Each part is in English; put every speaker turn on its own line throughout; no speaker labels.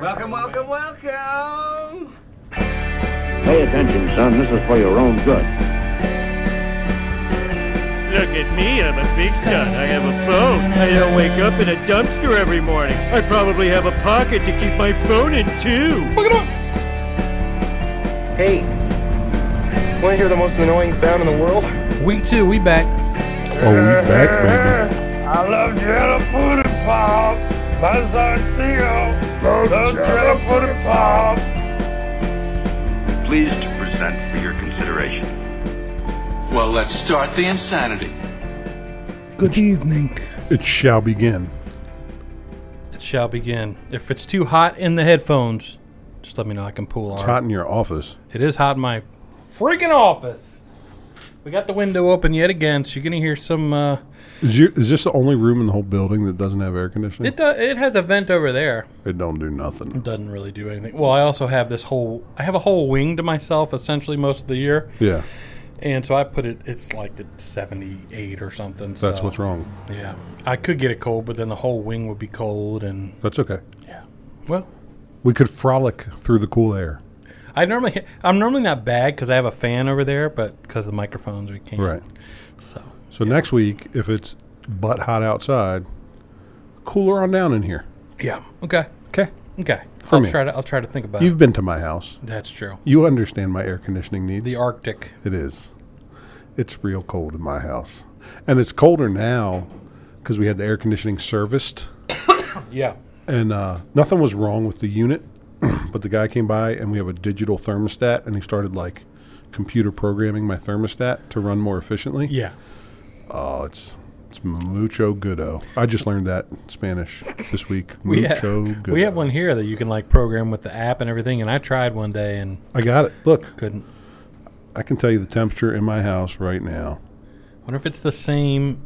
Welcome, welcome, welcome.
Pay attention, son. This is for your own good.
Look at me, I'm a big shot. I have a phone. I don't wake up in a dumpster every morning. I probably have a pocket to keep my phone in too.
Hey, want to hear the most annoying sound in the world?
Week two, we back.
Oh, we back, baby.
I love Jalaputa Pop. My son Theo loves Jalaputa Pop.
pleased to present for your consideration
Well, let's start the insanity.
Good evening.
It shall begin.
It shall begin. If it's too hot in the headphones, just let me know. I can pull
It's
on.
hot in your office.
It is hot in my freaking office. We got the window open yet again, so you're gonna hear some. Uh,
Is, you, is this the only room in the whole building that doesn't have air conditioning?
it do, it has a vent over there.
It don't do nothing.
Doesn't really do anything. Well, I also have this whole. I have a whole wing to myself essentially most of the year,
Yeah,
and so I put it. It's like at 78 or something.
that's what's wrong.
Yeah, I could get it cold, but then the whole wing would be cold, and
That's okay.
well,
We could frolic through the cool air.
I normally I'm normally not bad because I have a fan over there, but because of the microphones we can't.
Right.
So
So next week, if it's butt hot outside, cooler on down in here.
yeah. Okay.
Okay.
Okay.
For
I'll
me.
try to I'll try to think about. it.
You've been to my house.
That's true.
You understand my air conditioning needs.
The Arctic.
It is. It's real cold in my house. And it's colder now because we had the air conditioning serviced.
Yeah.
and uh, nothing was wrong with the unit. but the guy came by, and we have a digital thermostat, and he started like computer programming my thermostat to run more efficiently.
Yeah.
Oh, it's it's mucho goodo. I just learned that in Spanish this week.
We have,
mucho goodo.
we have one here that you can like program with the app and everything, and I tried one day and
I got it. Look,
couldn't.
I can tell you the temperature in my house right now.
Wonder if it's the same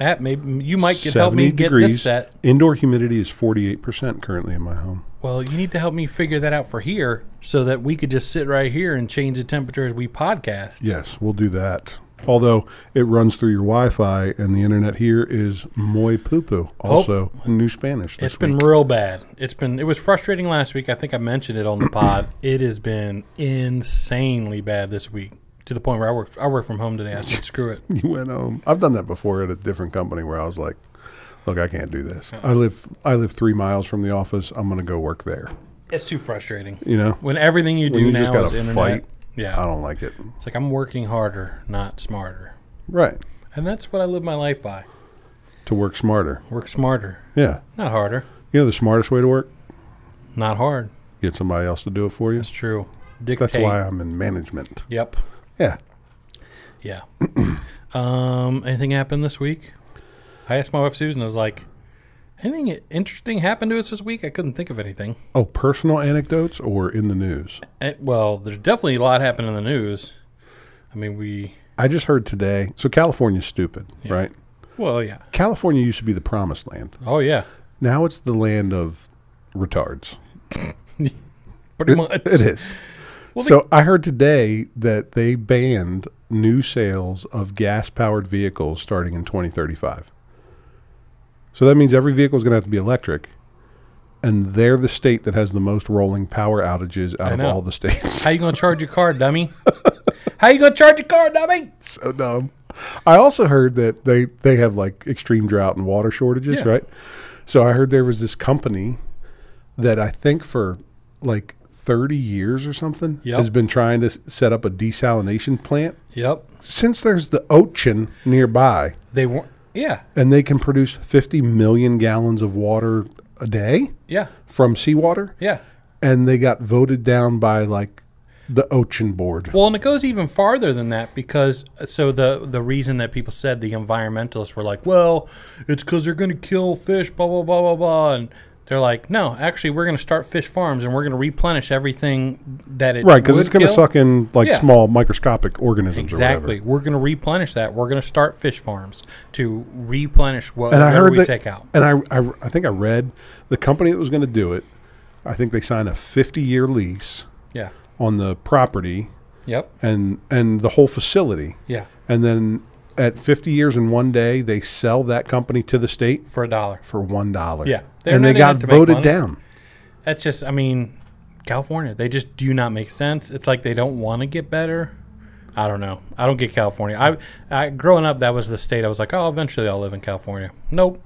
app. Maybe you might get, help me get this set.
Indoor humidity is forty-eight percent currently in my home.
Well, you need to help me figure that out for here, so that we could just sit right here and change the temperature as we podcast.
Yes, we'll do that. Although it runs through your Wi-Fi and the internet here is muy poo Also, new Spanish. This
Oh. It's been
week.
real bad. It's been it was frustrating last week. I think I mentioned it on the pod. It has been insanely bad this week to the point where I work I work from home today. I said screw it.
you went home. I've done that before at a different company where I was like, "Look, I can't do this. I live I live three miles from the office. I'm going to go work there."
It's too frustrating.
You know,
When everything you do
When you
now
just
is
gotta
internet.
fight. I
Yeah,
don't like it.
it's like I'm working harder, not smarter,
Right
and that's what I live my life by.
to work smarter.
Work smarter,
Yeah,
not harder.
you know the smartest way to work.
Not hard.
Get somebody else to do it for you.
It's true. Dictate.
That's why I'm in management.
Yep.
Yeah.
Yeah. um, anything happened this week? I asked my wife Susan. I was like, "Anything interesting happened to us this week?" I couldn't think of anything.
Oh, personal anecdotes or in the news?
Eh, well, there's definitely a lot happened in the news. I mean, we.
I just heard today. So California's stupid, right?
Well, yeah.
California used to be the promised land.
Oh, yeah.
Now it's the land of retards.
Pretty much.
It is. so I heard today that they banned new sales of gas powered vehicles starting in 2035. So that means every vehicle is going to have to be electric. And they're the state that has the most rolling power outages out of
know.
all the states.
How you gonna charge your car, dummy? How you gonna charge your car, dummy?
so dumb. I also heard that they they have like extreme drought and water shortages,
Yeah.
right? So I heard there was this company that I think for like 30 years or something
Yep.
has been trying to s- set up a desalination plant
Yep.
since there's the ocean nearby
They weren't. Yeah.
and they can produce 50 million gallons of water a day
Yeah.
from seawater
Yeah.
and they got voted down by like the ocean board.
Well, and it goes even farther than that because so the the reason that people said the environmentalists were like, well, it's because they're going to kill fish, blah blah blah blah blah, and they're like, no, actually, we're going to start fish farms and we're going to replenish everything that it
Right, because
would
it's going to
kill.
suck in like
Yeah.
small microscopic organisms or whatever.
Exactly, we're going to replenish that. We're going to start fish farms to replenish what
and I
whatever
heard
we
that,
take out.
And I, I, I think I read the company that was going to do it. I think they signed a 50 year lease
Yeah.
on the property
Yep.
and and the whole facility.
Yeah.
And then at 50 years and one day, they sell that company to the state
For a dollar.
for one dollar.
Yeah, they're
and they
not in
got
it to make
voted
money.
down.
that's just, I mean, California. They just do not make sense. It's like they don't want to get better. I don't know. I don't get California. I, I growing up, that was the state I was like, oh, eventually I'll live in California. Nope.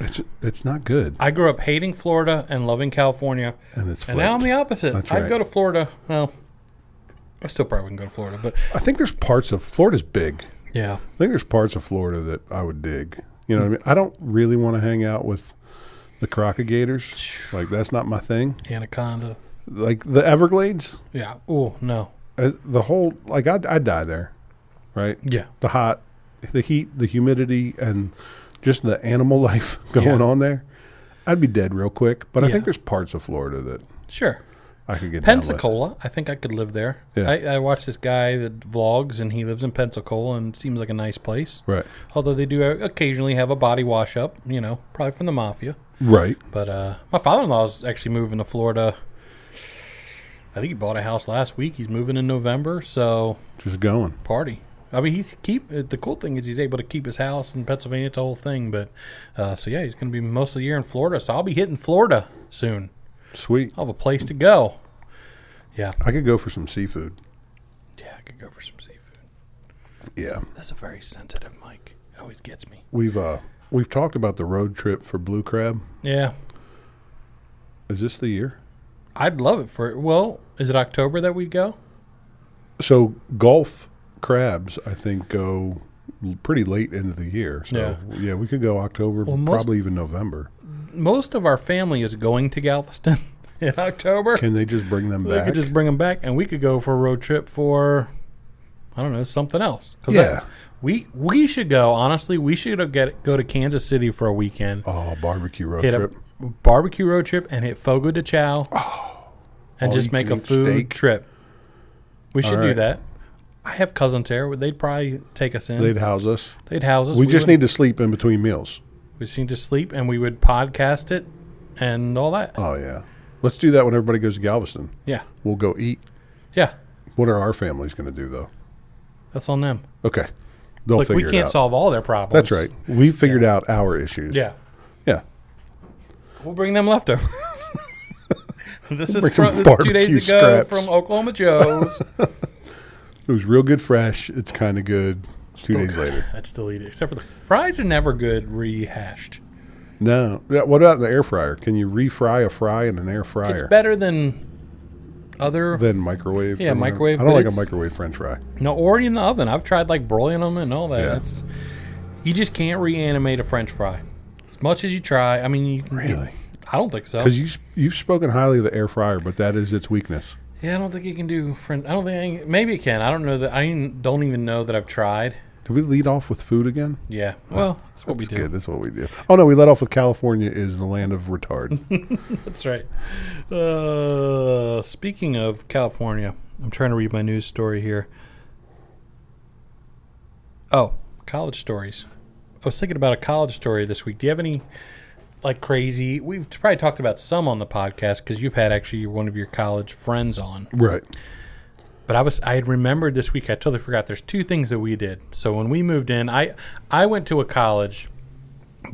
It's it's not good.
I grew up hating Florida and loving California.
And it's
And now I'm
flipped.
the opposite.
That's
I'd
right.
go to Florida. Well, I still probably wouldn't go to Florida, but
I think there's parts of Florida's big.
yeah.
I think there's parts of Florida that I would dig. You know what I mean? I don't really want to hang out with the crocodigators. Like that's not my thing.
Anaconda.
Like the Everglades,
Yeah. Oh, no.
uh, the whole like I'd, I'd die there, right?
Yeah.
The hot, the heat, the humidity, and just the animal life going
Yeah.
on there. I'd be dead real quick. But I
Yeah.
think there's parts of Florida that
Sure.
I could get down with.
Pensacola. I think I could live there.
Yeah.
I, I watch this guy that vlogs, and he lives in Pensacola, and seems like a nice place.
Right,
Although they do occasionally have a body wash up, you know, probably from the mafia.
right.
But uh, my father in law is actually moving to Florida. I think he bought a house last week. He's moving in November, so
Just going.
party. I mean, he's keep uh, the cool thing is he's able to keep his house in Pennsylvania. It's a whole thing, but uh, so yeah, he's going to be most of the year in Florida. So I'll be hitting Florida soon.
Sweet.
I'll have a place to go. Yeah,
I could go for some seafood.
yeah, I could go for some seafood.
Yeah.
That's a very sensitive mic. It always gets me.
We've uh we've talked about the road trip for blue crab.
Yeah,
Is this the year?
I'd love it for. Well, is it October that we'd go?
So Gulf crabs, I think, go l- pretty late into the year. So yeah, we could go October,
Well, most-
probably even November.
Most of our family is going to Galveston in October.
Can they just bring them
They
back?
could just bring them back, and we could go for a road trip for, I don't know, something else. 'Cause
Yeah.
I- we we should go. Honestly, we should get go to Kansas City for a weekend,
oh, barbecue road
hit
trip.
a barbecue road trip, and hit Fogo de Chao, and
all
just
you
make a
can eat
food
Oh. steak.
trip. We should do
right.
that. I have cousins there; they'd probably take us in.
They'd
They'd,
house us.
house us.
We, just
would-
need to sleep in between meals.
we just need to sleep, and we would podcast it and all that.
Oh yeah, let's do that when everybody goes to Galveston.
yeah,
We'll go eat.
yeah,
What are our families going to do though?
that's on them.
Okay, they'll
Look,
figure
we
it
can't
out.
solve all their problems.
That's right. We figured out our issues.
Yeah.
yeah.
We'll bring them leftovers. this
Bring
is
some
from this is two
barbecue
days ago
scraps.
from Oklahoma Joe's.
It was real good fresh. It's kind of good. Two days later.
I'd still eat it, except for the fries are never good rehashed.
No. Yeah, What about the air fryer? Can you refry a fry in an air fryer?
It's better than other
than microwave. or
Yeah,
whatever.
microwave,
I don't
but
like a
it's-
microwave French fry.
no or in the oven. I've tried like broiling them and all that.
Yeah.
It's you just can't reanimate a French fry as much as you try. I mean, you can get-
Really?
I don't think so.
Because you s- you've spoken highly of the air fryer, but that is its weakness.
yeah, I don't think you can do French. I don't think I can, maybe it can. I don't know that. I don't even know that I've tried.
Did we lead off with food again?
Yeah. Well, that's what
That's
we do.
good. That's what we do. Oh no, we led off with California is the land of retard.
That's right. Uh, speaking of California, I'm trying to read my news story here. Oh, college stories. I was thinking about a college story this week. Do you have any like crazy? We've probably talked about some on the podcast because you've had actually one of your college friends on.
right.
But I was I had remembered this week. I totally forgot. There's two things that we did. So when we moved in, I I went to a college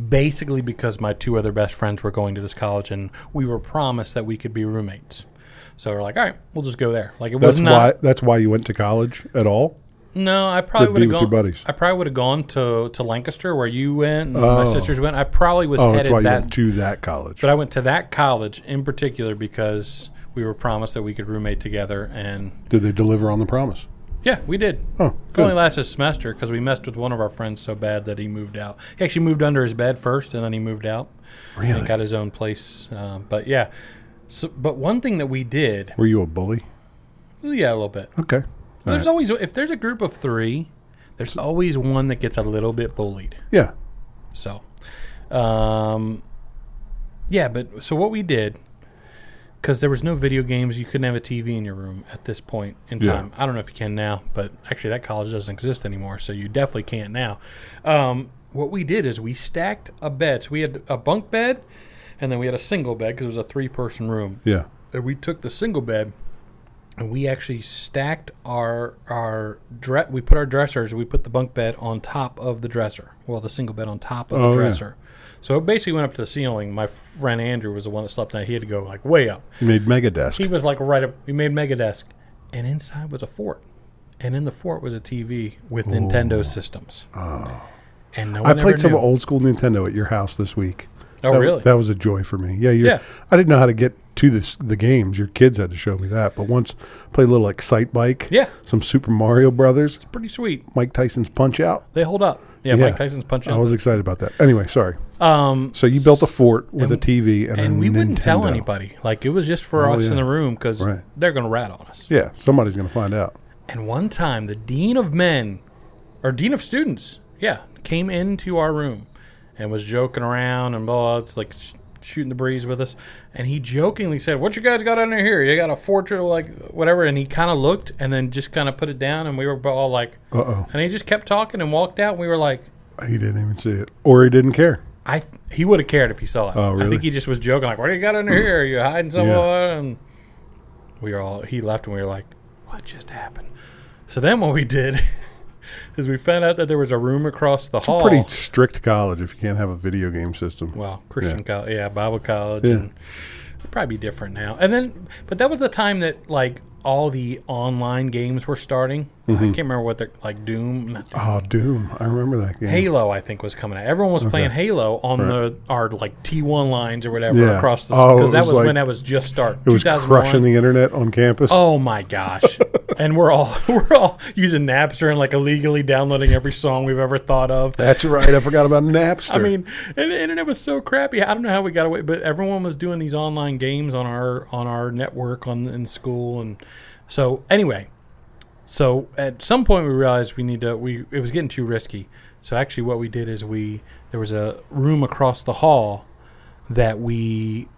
basically because my two other best friends were going to this college, and we were promised that we could be roommates. So we're like, all right, we'll just go there. Like it
That's
was not.
why. That's why you went to college at all.
No, I probably
To
would
be
have
with
gone.
your buddies.
I probably would have gone to to Lancaster where you went, and my sisters went. I probably was
Oh, that's why
headed
you
that
went to that college.
but I went to that college in particular because we were promised that we could roommate together, and
Did they deliver on the promise?
Yeah, we did.
Oh,
It
good.
only lasted a semester because we messed with one of our friends so bad that he moved out. He actually moved under his bed first, and then he moved out.
Really?
And got his own place. Uh, but yeah, so but one thing that we did,
Were you a bully?
yeah, a little bit.
Okay. All
There's
right.
always if there's a group of three, there's always one that gets a little bit bullied.
yeah.
So, um, yeah, but so what we did, because there was no video games, you couldn't have a TV in your room at this point in
Yeah.
time. I don't know if you can now, but actually that college doesn't exist anymore, so you definitely can't now. Um, what we did is we stacked a bed. So we had a bunk bed, and then we had a single bed because it was a three person room
Yeah.
and we took the single bed and we actually stacked our our dress. We put our dressers. We put the bunk bed on top of the dresser. Well, the single bed on top of
Oh,
the
yeah.
dresser. So it basically went up to the ceiling. My friend Andrew was the one that slept in. it. He had to go like way up.
You made mega desk.
He was like right up. We made mega desk, and inside was a fort, and in the fort was a TV with Nintendo systems. Oh. And no
Ah. I
one ever
played some
knew.
old school Nintendo at your house this week.
Oh,
that,
really?
That was a joy for me. Yeah, yeah.
Yeah.
I didn't know how to get to this, the games. Your kids had to show me that. But once played a little like Sight Bike.
Yeah.
Some Super Mario Brothers.
Pretty sweet.
Mike Tyson's Punch Out.
They hold up. Yeah, Mike Tyson's punch
I
out.
was excited about that. Anyway, sorry.
Um,
So you built a fort with a TV and,
and
a
we wouldn't tell
Nintendo.
anybody. Like it was just for
Oh,
us in
yeah.
the room because
Right.
they're gonna rat on us.
Yeah, somebody's going to find out.
And one time, the dean of men, or dean of students, yeah, came into our room and was joking around and blah. It's like sh- shooting the breeze with us. And he jokingly said, "What you guys got under here? You got a fortress, like whatever." And he kind of looked and then just kind of put it down, and we were all like,
Uh oh.
and he just kept talking and walked out. And we were like.
He didn't even see it, or he didn't care.
I th- he would have cared if he saw it.
Oh,
I
really?
think he just was joking, like, "What do you got under here? Are you hiding someone?"
Yeah.
And we were all he left, and we were like, "What just happened?" So then what we did is we found out that there was a room across the hall.
Pretty strict college if you can't have a video game system.
Oh. well, Christian college, yeah, Bible college,
Yeah.
and it'd probably be different now. And then, but that was the time that like all the online games were starting.
Mm-hmm.
I can't remember what they're like Doom, not Doom,
Oh, Doom! I remember that game.
Halo, I think, was coming out. Everyone was playing Halo on the our like T1 lines or whatever
Yeah.
across the
Oh,
because
it
that
was
was
like-
when that was just starting.
It was crushing the internet on campus.
Oh my gosh! and we're all we're all using Napster and like illegally downloading every song we've ever thought of.
That's right. I forgot about Napster.
I mean, and the internet was so crappy. I don't know how we got away, but everyone was doing these online games on our on our network on in school, and so anyway, so at some point we realized we need to. We it was getting too risky. So actually, what we did is we there was a room across the hall that we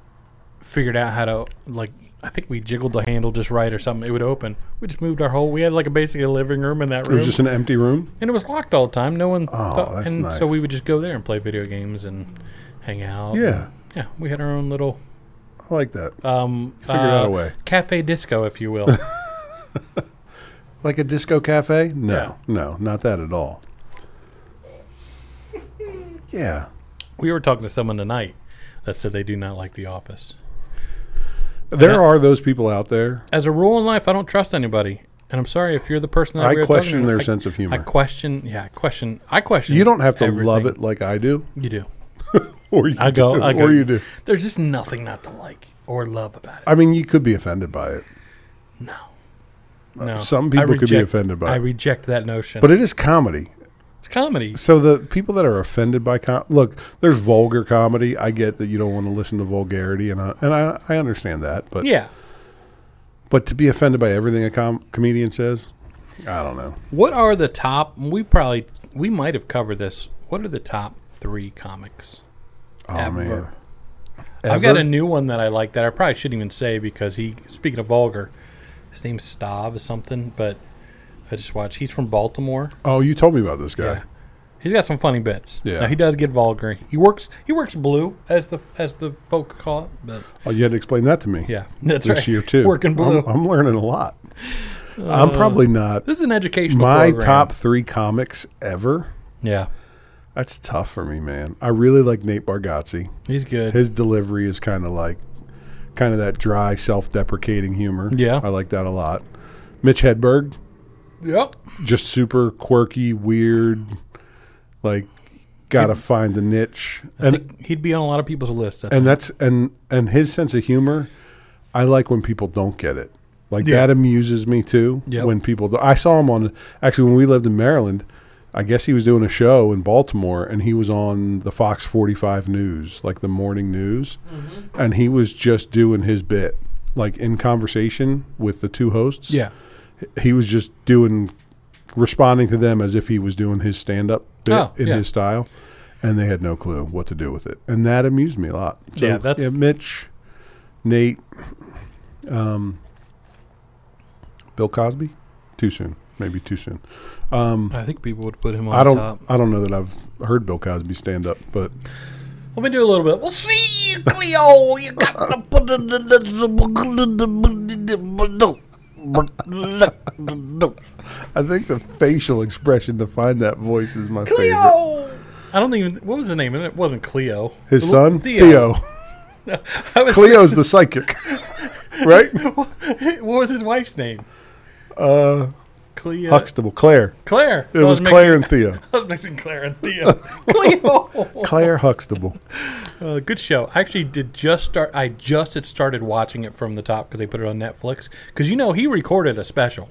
figured out how to like. I think we jiggled the handle just right or something. It would open. We just moved our whole. We had like a basically a living room in that
it
room
was just an empty room.
and it was locked all the time. No one.
Oh, that's
and
nice.
so we would just go there and play video games and hang out.
Yeah.
yeah. We had our own little
I like that.
um,
Figured out a way.
cafe disco, if you will.
Like a disco cafe? No, no, not that at all. Yeah.
we were talking to someone tonight that said they do not like The Office.
There are those people out there.
As a rule in life, I don't trust anybody, and I'm sorry if you're the person that
I
we were
question
talking to.
their
I-
sense of humor.
I question. Yeah, I question. I question.
You don't have to
everything.
love it like I do,
You do.
or you
I go.
do,
I go.
or you do.
There's just nothing not to like or love about it.
I mean, you could be offended by it,
No.
Uh, some
I
people could be
reject-
offended by
I
it.
reject that notion.
but it is comedy.
it's comedy.
So the people that are offended by com- look, there's vulgar comedy. I get that you don't want to listen to vulgarity, and I, and I, I understand that. But
Yeah.
but to be offended by everything a com- comedian says, I don't know.
What are the top? We probably we might have covered this. What are the top three comics?
Oh
Ever.
man,
I've got
Ever?
a new one that I like that I probably shouldn't even say because he. Speaking of vulgar, his name's Stav or something. But I just watched. He's from Baltimore.
Oh, you told me about this guy.
Yeah. He's got some funny bits.
Yeah.
Now he does get vulgar. He works. He works blue as the as the folk call it. But
Oh, you had to explain that to me.
yeah, that's
this
right.
year too.
Working blue.
I'm, I'm learning a lot. I'm probably not
this is an educational.
my
program.
top three comics ever.
Yeah,
That's tough for me, man. I really like Nate Bargatze.
he's good.
His delivery is kind of like, kind of that dry, self-deprecating humor.
Yeah.
I like that a lot. Mitch Hedberg,
yep.
just super quirky, weird, like got to find the niche. And
He'd be on a lot of people's lists. I
and that's and and his sense of humor i like when people don't get it like
Yeah.
that amuses me too
Yep.
when people do, i saw him on actually when we lived in maryland i guess he was doing a show in baltimore and he was on the fox 45 news like the morning news
Mm-hmm.
and he was just doing his bit like in conversation with the two hosts
Yeah.
he was just doing responding to them as if he was doing his stand up bit
Oh,
in
yeah.
his style and they had no clue what to do with it and that amused me a lot so,
Yeah, that's-
Mitch Nate um Bill Cosby too soon maybe too soon
I think people would put him on
I don't
top.
I don't know that I've heard Bill Cosby stand up but
Let me do a little bit. Well, see, Cleo, you got to put the.
I think the facial expression to find that voice is my favorite.
Cleo. I don't even. What was the name? of It It wasn't Cleo.
His son
Theo.
Theo.
I was-
Cleo's the psychic, right?
what was his wife's name?
Uh,
Cleo.
Huxtable, Claire.
Claire.
It
So I
was
mixing-
Claire and Theo.
I was mixing Claire and Theo. Cleo.
Claire Huxtable.
Uh, good show. I actually did just start. I just had started watching it from the top because they put it on Netflix. Because you know he recorded a special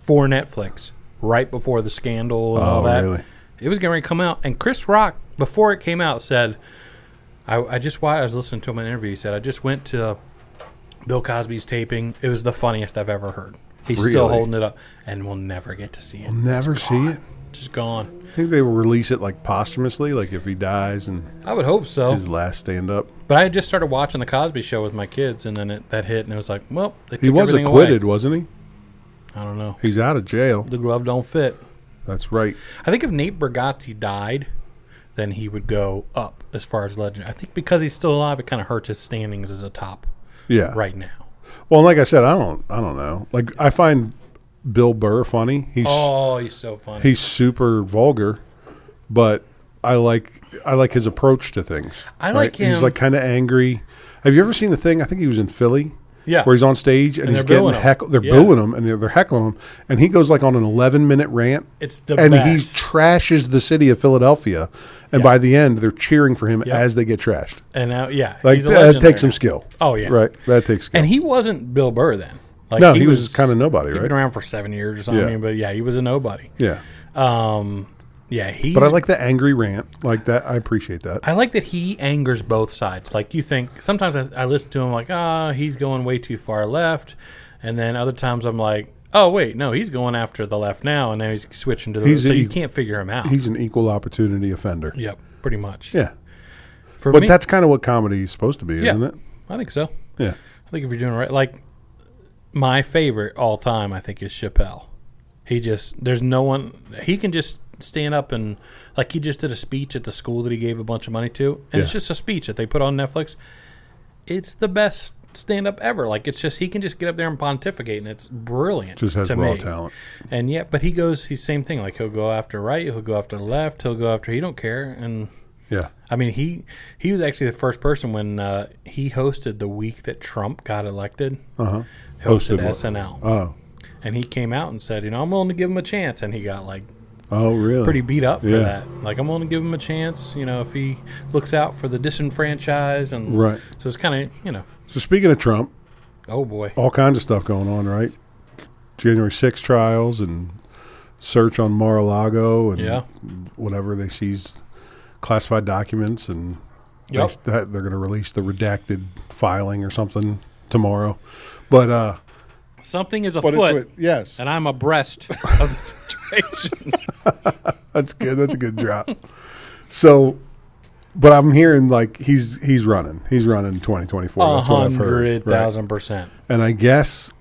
for Netflix right before the scandal and all
Oh,
that.
really?
It was going to come out, and Chris Rock before it came out said, "I, I just wa I was listening to him in an interview. He said I just went to Bill Cosby's taping. It was the funniest I've ever heard. He's still
Really?
holding it up, and we'll never get to see it.
Never see it.
Just gone.
I think they will release it like posthumously, like if he dies and
I would hope so.
his last stand up.
But I had just started watching the Cosby Show with my kids, and then it, that hit, and it was like, well, they took
He was
everything
acquitted,
Away.
wasn't he?
I don't know.
He's out of jail.
The glove don't fit.
That's right.
I think if Nate Bargatze died, then he would go up as far as legend. I think because he's still alive, it kind of hurts his standings as a top
Yeah.
right now.
Well, like I said, I don't. I don't know. Like I find Bill Burr funny. He's
Oh, he's so funny.
he's super vulgar, but I like I like his approach to things.
I like
He's
him-
like kind of angry. Have you ever seen the thing? I think he was in Philly.
Yeah.
where he's on stage and,
And
he's
they're
getting
booing him.
heckled. They're
Yeah.
booing him and they're, they're heckling him, and he goes like on an eleven-minute rant.
It's the
and he
best.
trashes the city of Philadelphia, and by the end they're cheering for him as they get trashed.
and now, yeah,
Like
he's a
that
legend
takes some
there now.
skill.
Oh, yeah.
right. That takes skill.
And he wasn't Bill Burr then. Like,
No, he was kinda nobody,
He'd
right?
been around for seven years or something,
Yeah.
but yeah, he was a nobody.
yeah,
Yeah, he's
but I like the angry rant like that. I appreciate that.
I like that he angers both sides. Like you think sometimes I, I listen to him like, ah, he's going way too far left, and then other times I'm like, oh wait, no, he's going after the left now, and now he's switching to the.
He's
so
a-
you can't figure him out.
He's an equal opportunity offender.
Yep, pretty much.
Yeah.
For
But
me,
that's kind of what comedy is supposed to be,
Yeah.
isn't it?
I think so.
Yeah.
I think if you're doing it right, like my favorite all time, I think is Chappelle. He just there's no one he can just stand up and like he just did a speech at the school that he gave a bunch of money to, and it's
Yeah.
just a speech that they put on Netflix. It's the best stand up ever. Like it's just he can just get up there and pontificate, and it's brilliant.
Just has
to
raw
me.
talent.
And yeah, but he goes he's same thing. Like he'll go after right, he'll go after left, he'll go after he don't care, and
Yeah.
I mean, he he was actually the first person when uh, he hosted the week that Trump got elected.
Uh-huh.
Hosted,
Hosted what?
SNL,
Oh.
and he came out and said, "You know, I'm willing to give him a chance." And he got like
Oh, really?
pretty beat up for
Yeah.
that. Like, I'm willing to give him a chance. You know, if he looks out for the disenfranchised, and
Right.
So it's kind of you know,
So speaking of Trump,
oh boy,
all kinds of stuff going on, right? January 6 trials and search on Mar-a-Lago and
Yeah.
whatever they seized classified documents and they,
Yep.
s- that they're going to release the redacted filing or something tomorrow. But uh
something is
but
afoot,
it's with, yes.
and I'm abreast of the situation.
That's good. That's a good drop. So, but I'm hearing like he's he's running. He's running in 2024.
A
That's what I've heard.
hundred
right?
thousand percent.
And I guess,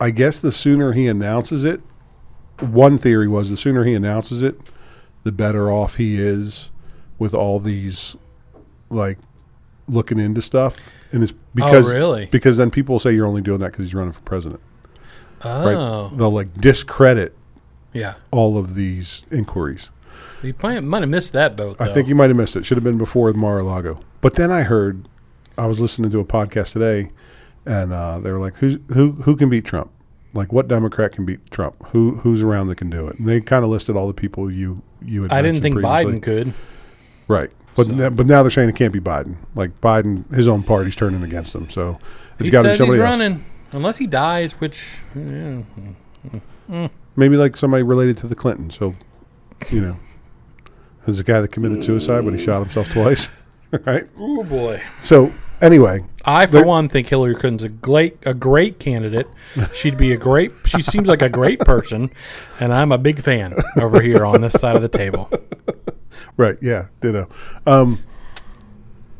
I guess the sooner he announces it, one theory was the sooner he announces it, the better off he is with all these, like, looking into stuff. And it's because
Oh, really?
because then people will say you're only doing that because he's running for president.
Oh,
They'll like discredit
yeah.
all of these inquiries.
You might, might have missed that boat. Though.
I think you might have missed it. Should have been before Mar-a-Lago. But then I heard, I was listening to a podcast today, and uh, they were like, "Who's who? Who can beat Trump? Like, what Democrat can beat Trump? Who who's around that can do it?" And they kind of listed all the people you you had.
I
mentioned
didn't think
previously.
Biden could.
Right, but n- but now they're saying it can't be Biden. Like Biden, his own party's turning against him. So it's
he
got to be
says he's
somebody else.
running unless he dies, which yeah,
Maybe like somebody related to the Clintons. So you know, there's a guy that committed suicide, but he shot himself twice. right.
oh boy.
So anyway,
I for
There-
one think Hillary Clinton's a great a great candidate. She'd be a great. She seems like a great person, and I'm a big fan over here on this side of the table.
Right. Yeah. Ditto. Um,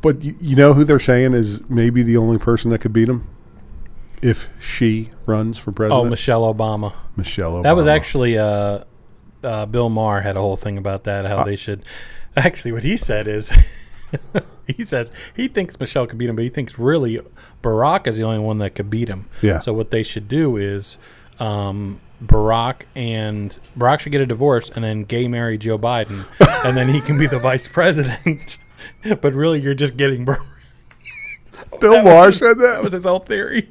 but y- you know who they're saying is maybe the only person that could beat him if she runs for
Oh,
president.
Michelle Obama.
Michelle Obama.
That was actually uh, uh, Bill Maher had a whole thing about that.
Uh.
How they should actually what he said is. He says he thinks Michelle could beat him, but he thinks really Barack is the only one that could beat him.
Yeah.
So what they should do is um, Barack and Barack should get a divorce and then gay marry Joe Biden, and then he can be the vice president. but really, you're just getting Barack.
Bill
That was
Maher
his-
said that.
That was his whole theory.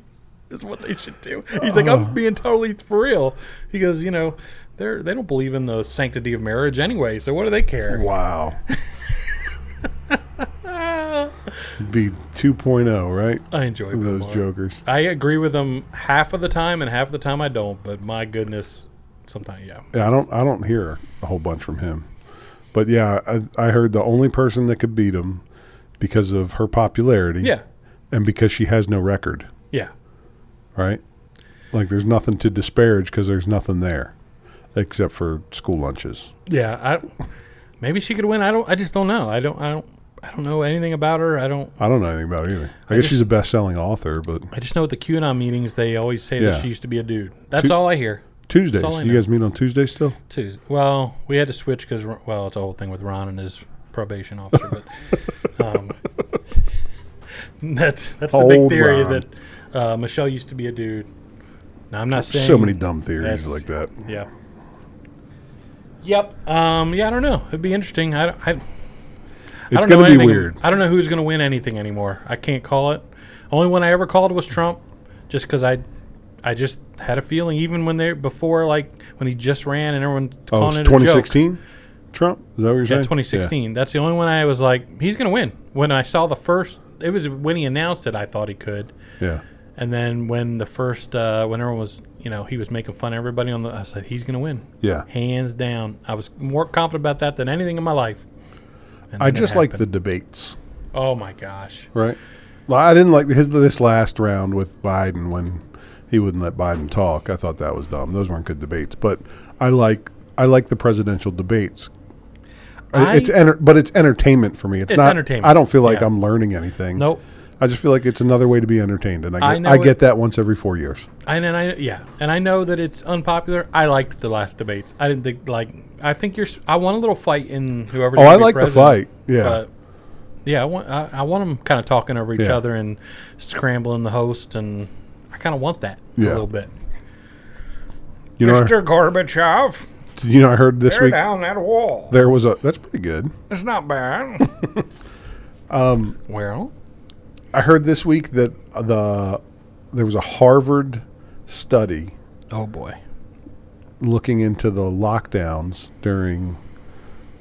Is what they should do. He's like, I'm being totally for real. He goes, you know, they're they don't believe in the sanctity of marriage anyway. So what do they care?
wow. Be 2.0, oh, right?
I enjoy Bill
Those
Maher.
jokers.
I agree with him half of the time, and half of the time I don't. But my goodness, sometimes yeah.
Yeah, I don't. I don't hear a whole bunch from him, but yeah, I, I heard the only person that could beat him because of her popularity,
Yeah.
and because she has no record,
Yeah.
right? Like, there's nothing to disparage because there's nothing there, except for school lunches.
Yeah. I maybe she could win. I don't I just don't know. I don't I don't I don't know anything about her. I don't
I don't know anything about it either. I, guess
just-
she's a best-selling author, but
I just know at the QAnon meetings they always say
Yeah.
that she used to be a dude. That's
Two-
all I hear.
Tuesdays.
all I
You
know.
guys meet on Tuesday still?
Tuesday. Well, we had to switch because well, it's a whole thing with Ron and his probation officer. But um, that's that's the big
Old
theory is
Ron.
that uh, Michelle used to be a dude. Now I'm not saying
So many dumb theories
That's-
like that.
Yeah. Yep. Um, yeah, I don't know. It'd be interesting. I, I,
It's
I don't know
gonna be
anything-
weird.
I don't know who's going to win anything anymore. I can't call it. Only one I ever called was Trump, just because I, I just had a feeling. Even when they before, like when he just ran and everyone
Oh,
calling
it's
it a joke.
2016. Trump? Is that what you're
Yeah,
saying?
2016. That's the only one I was like, he's going to win. When I saw the first, it was when he announced it. I thought he could.
Yeah.
And then when the first, uh, when everyone was, you know, he was making fun of everybody on the, I said, he's going to win.
Yeah. yeah.
Hands down. I was more confident about that than anything in my life. And
I
then it
just like the
happened.
debates.
Oh my gosh.
right? Well, I didn't like his this last round with Biden when he wouldn't let Biden talk. I thought that was dumb. Those weren't good debates, but I like I like the presidential debates.
I-
it's enter, but it's entertainment for me. It's,
It's
not
entertainment,
I don't feel like
yeah.
I'm learning anything.
Nope.
I just feel like it's another way to be entertained, and I
I
get,
know
I, get
it-
that once every four years.
And then I yeah, and I know that it's unpopular. I liked the last debates. I didn't think like I think you're. s- I want a little fight in whoever.
Oh, I like the fight, yeah.
But yeah, I want I, I want them kind of talking over each
Yeah.
other and scrambling the host, and I kind of want that
Yeah.
a little bit.
You know, I,
Mister Gorbachev,
you know, I heard this
tear
week
down that wall.
there was a that's pretty good.
It's not bad. um. Well,
I heard this week that the there was a Harvard study
oh boy.
looking into the lockdowns during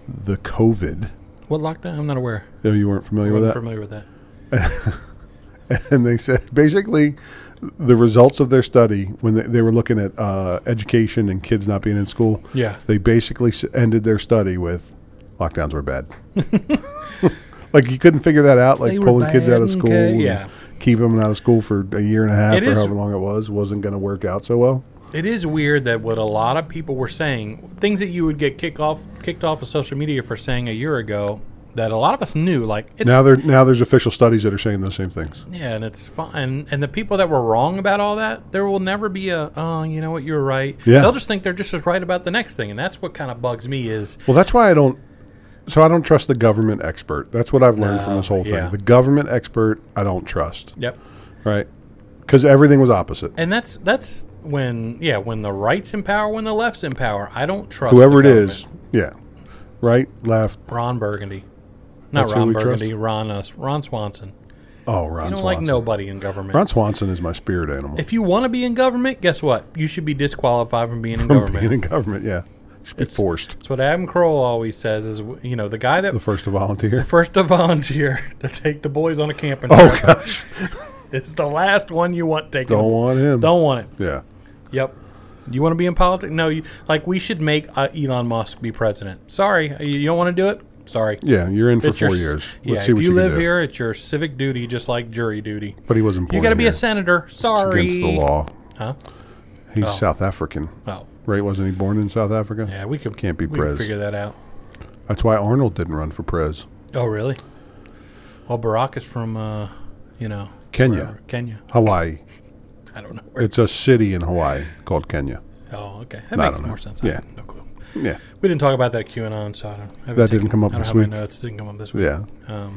the COVID.
What lockdown? I'm not aware.
Oh, you weren't familiar
I'm
with that?
familiar with that.
And they said basically the results of their study when they, they were looking at uh, education and kids not being in school.
Yeah.
They basically s- ended their study with lockdowns were bad. like you couldn't figure that out. Like
They were
pulling kids
bad
out of
and
school,
ca-
and
yeah.
keeping them out of school for a year and a half
It
or
is-
however long it was wasn't going to work out so well.
It is weird that what a lot of people were saying, things that you would get kick off, kicked off of social media for saying a year ago, that a lot of us knew. Like it's
Now there now there's official studies that are saying those same things.
yeah, and it's fine. And the people that were wrong about all that, there will never be a oh, you know what, you're right.
Yeah.
they'll just think they're just as right about the next thing, and that's what kind of bugs me is
Well, that's why I don't. So I don't trust the government expert. That's what I've learned from
No,
this whole thing.
yeah.
The government expert, I don't trust.
yep.
Right? Because everything was opposite.
And that's that's when yeah, when the right's in power, when the left's in power, I don't trust
Whoever it
the
is,
government.
yeah. Right, left.
Ron Burgundy, not
That's who
Ron
we trust?
Burgundy, Ron us, Ron Swanson.
Oh, Ron
I don't
Swanson.
like nobody in government.
Ron Swanson is my spirit animal.
If you want to be in government, guess what? You should be disqualified from being in
From
government.
being in government, yeah. Should be
It's-
forced.
That's what Adam Kroll always says. Is you know the guy that
The first to volunteer.
first to volunteer to take the boys on a camping
Oh,
trip
gosh.
is the last one you want taking.
Don't want him.
Don't want it.
Yeah.
Yep. You want to be in politics? No. You, like we should make uh, Elon Musk be president. Sorry, you, you don't want to do it. Sorry.
Yeah, you're in for
It's
four
your s-
years. Let's
yeah,
see
if
what
you,
you,
live
can do.
here, it's your civic duty, just like jury duty.
But he wasn't born
You got to be
here.
a senator.
It's
Sorry.
against the law.
Huh?
He's South African.
Well,
Right? Wasn't he born in South Africa?
Oh. yeah, we could
Can't be
we could
pres.
Figure that out.
That's why Arnold didn't run for prez.
Oh, really? Well, Barack is from, uh, you know,
Kenya.
wherever. Kenya.
Hawaii.
I don't know. Where.
It's a city in Hawaii called Kenya.
oh, okay. That
I
makes
don't
more
know.
sense.
Yeah.
I have no clue.
Yeah.
We didn't talk about that at QAnon, so I don't. I haven't
That didn't
taken-
come up
I don't
this
have my
week.
Notes. Didn't come up this week.
Yeah.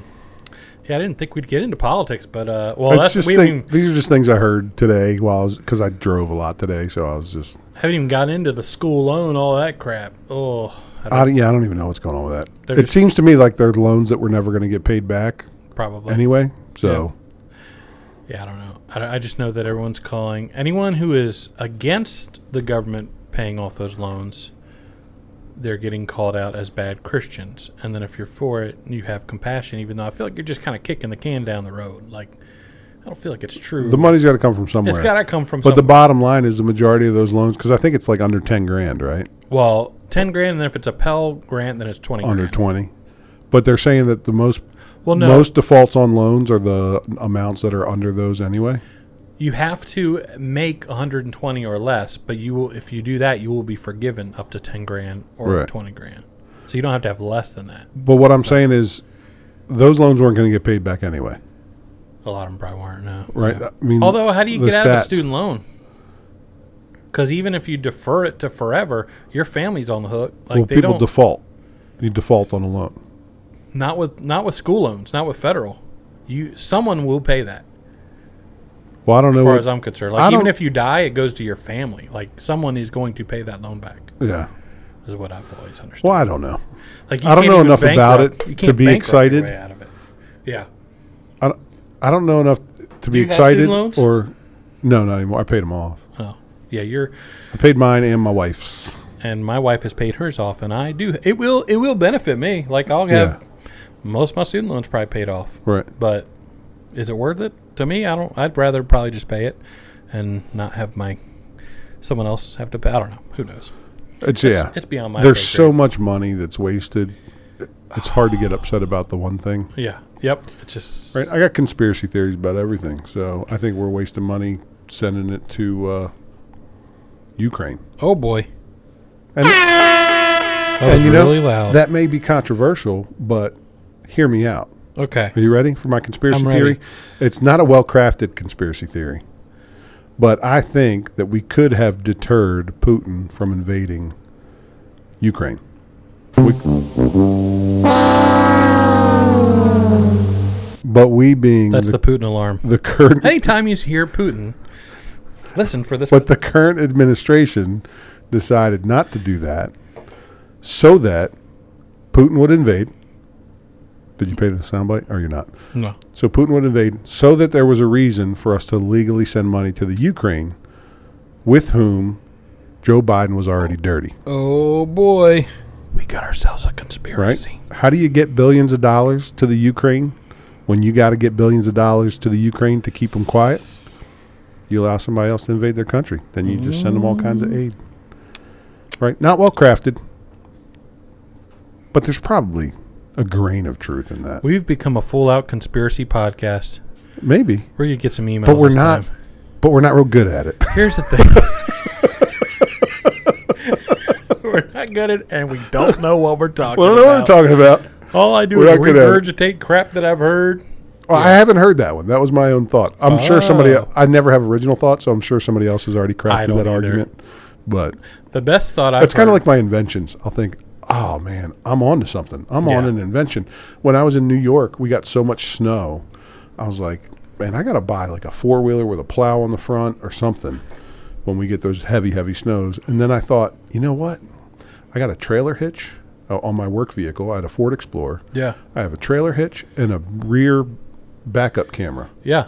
Yeah, I didn't think we'd get into politics, but uh, well,
It's
that's
just
we haven't,
thing,
even,
these are just things I heard today while I was because I drove a lot today, so I was just
haven't even got into the school loan, all that crap. Oh, I don't,
I, don't- yeah I don't even know what's going on with that.
They're
it
just-
seems to me like they're loans that were never going to get paid back
probably.
anyway. So
Yeah, I don't know. I, don't- I just know that everyone's calling anyone who is against the government paying off those loans. They're getting called out as bad Christians, and then if you're for it, you have compassion. Even though I feel like you're just kind of kicking the can down the road. Like I don't feel like it's true.
the money's got to come from somewhere.
it's got to come from.
but the
somewhere.
bottom line is the majority of those loans because I think it's like under ten grand, right?
well, ten grand, and then if it's a Pell grant, then it's twenty.
Under
grand.
twenty. But they're saying that the most
Well, no,
most defaults on loans are the amounts that are under those anyway.
you have to make 120 or less, but you will if you do that, you will be forgiven up to 10 grand or
Right.
20 grand. So you don't have to have less than that.
But what I'm saying is those loans weren't going to get paid back anyway,
A lot of them probably weren't. No,
right?
Yeah.
I mean,
Although, how do you
the
get out of a
stats.
student loan? Because even if you defer it to forever, your family's on the hook. Like
well,
they
people
don't.
default. You default on a loan.
not with not with school loans, not with federal. You someone will pay that.
Well, I don't know.
As far
what-
as I'm concerned,
I
like even
don't-
if you die, it goes to your family. Like someone is going to pay that loan back.
yeah.
Is what I've always understood.
Well, I don't know.
Like you
I don't
can't
know
even
enough about
bankrupt-
it
you
to
can't
be
bankrupt your
excited.
way out of it. Yeah,
I don't, I don't know enough to be
you have
excited
student loans?
or no, not anymore. I paid them off.
yeah. You're
I paid mine and my wife's.
and my wife has paid hers off, and I do. It will it will benefit me. Like I'll have most of my student loans probably paid off,
Right.
but is it worth it to me? I don't. I'd rather probably just pay it and not have my someone else have to pay. I don't know. Who knows?
It's yeah.
It's beyond my.
There's
pay
so
grade.
much money that's wasted. It's hard to get upset about the one thing.
Yeah. Yep. It's just
Right. I got conspiracy theories about everything, so I think we're wasting money sending it to uh, Ukraine.
Oh boy.
And-
that was
you know,
really loud.
That may be controversial, but hear me out.
okay.
Are you ready for my conspiracy
I'm ready.
theory? It's not a well crafted conspiracy theory, but I think that we could have deterred Putin from invading Ukraine. We- but we being
That's
the,
the Putin alarm.
the current
Anytime you hear Putin, listen for this.
But the current administration decided not to do that so that Putin would invade. Did you pay the soundbite? Or you're not?
No.
So Putin would invade so that there was a reason for us to legally send money to the Ukraine with whom Joe Biden was already dirty,
Oh boy. We got ourselves a conspiracy.
right? How do you get billions of dollars to the Ukraine when you got to get billions of dollars to the Ukraine to keep them quiet? You allow somebody else to invade their country, then you just send them all kinds of aid. Right? Not well crafted. But there's probably a grain of truth in that.
We've become a full out conspiracy podcast.
Maybe,
We're gonna get some emails.
but we're
this
not
time.
but we're not real good at it.
Here's the thing. we're not good at and we don't know what we're talking
Well, I don't know what I'm
about.
talking about.
All I do
We're
is
not good at it.
regurgitate crap that I've heard.
Well, Oh, I haven't heard that one. That was my own thought. I'm sure somebody.
Oh.
I never have original thought, so I'm sure somebody else has already crafted that
don't either.
argument. But
The best thought I've
it's kind of
heard-
like my inventions. I'll think, oh man, I'm on to something. I'm on
Yeah.
an invention. When I was in New York, we got so much snow. I was like, man, I gotta buy like a four wheeler with a plow on the front or something when we get those heavy, heavy snows. And then I thought, you know what? I got a trailer hitch uh, on my work vehicle. I had a Ford Explorer.
Yeah.
I have a trailer hitch and a rear backup camera.
Yeah.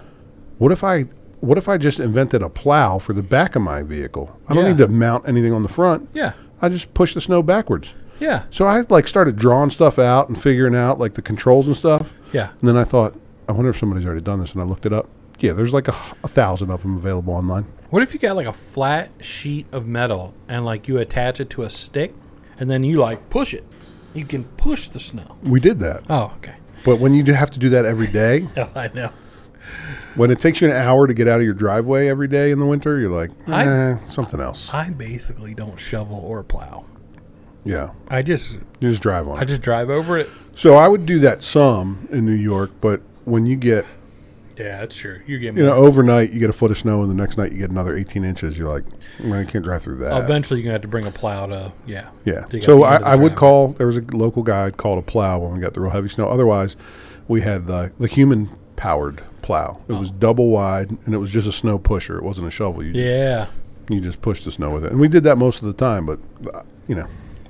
What if I what if I just invented a plow for the back of my vehicle? I don't
Yeah.
need to mount anything on the front.
Yeah.
I just push the snow backwards.
Yeah.
So I like started drawing stuff out and figuring out like the controls and stuff.
Yeah.
And then I thought, I wonder if somebody's already done this, and I looked it up. Yeah, there's like a, h- a thousand of them available online.
What if you got like a flat sheet of metal and like you attach it to a stick and then you like push it? You can push the snow.
We did that,
Oh, okay.
but when you do have to do that every day,
Yeah, Oh, I know.
when it takes you an hour to get out of your driveway every day in the winter, you're like,
I-
eh, something else.
I basically don't shovel or plow.
yeah,
I just
you just drive on.
I
it.
just drive over it.
so I would do that some in New York, but when you get
Yeah, that's true. You give me.
you know overnight, you get a foot of snow, and the next night you get another 18 inches. You're like, man, I can't drive through that.
Eventually, you're gonna have to bring a plow to. Yeah.
Yeah.
to get
So
the end
I,
of the
I would
driveway.
call. There was a local guy I'd call to plow when we got the real heavy snow. Otherwise, we had the, the human powered plow. It was double wide and it was just a snow pusher. It wasn't a shovel. You just,
Yeah.
you just push the snow with it. And we did that most of the time, but uh, you know,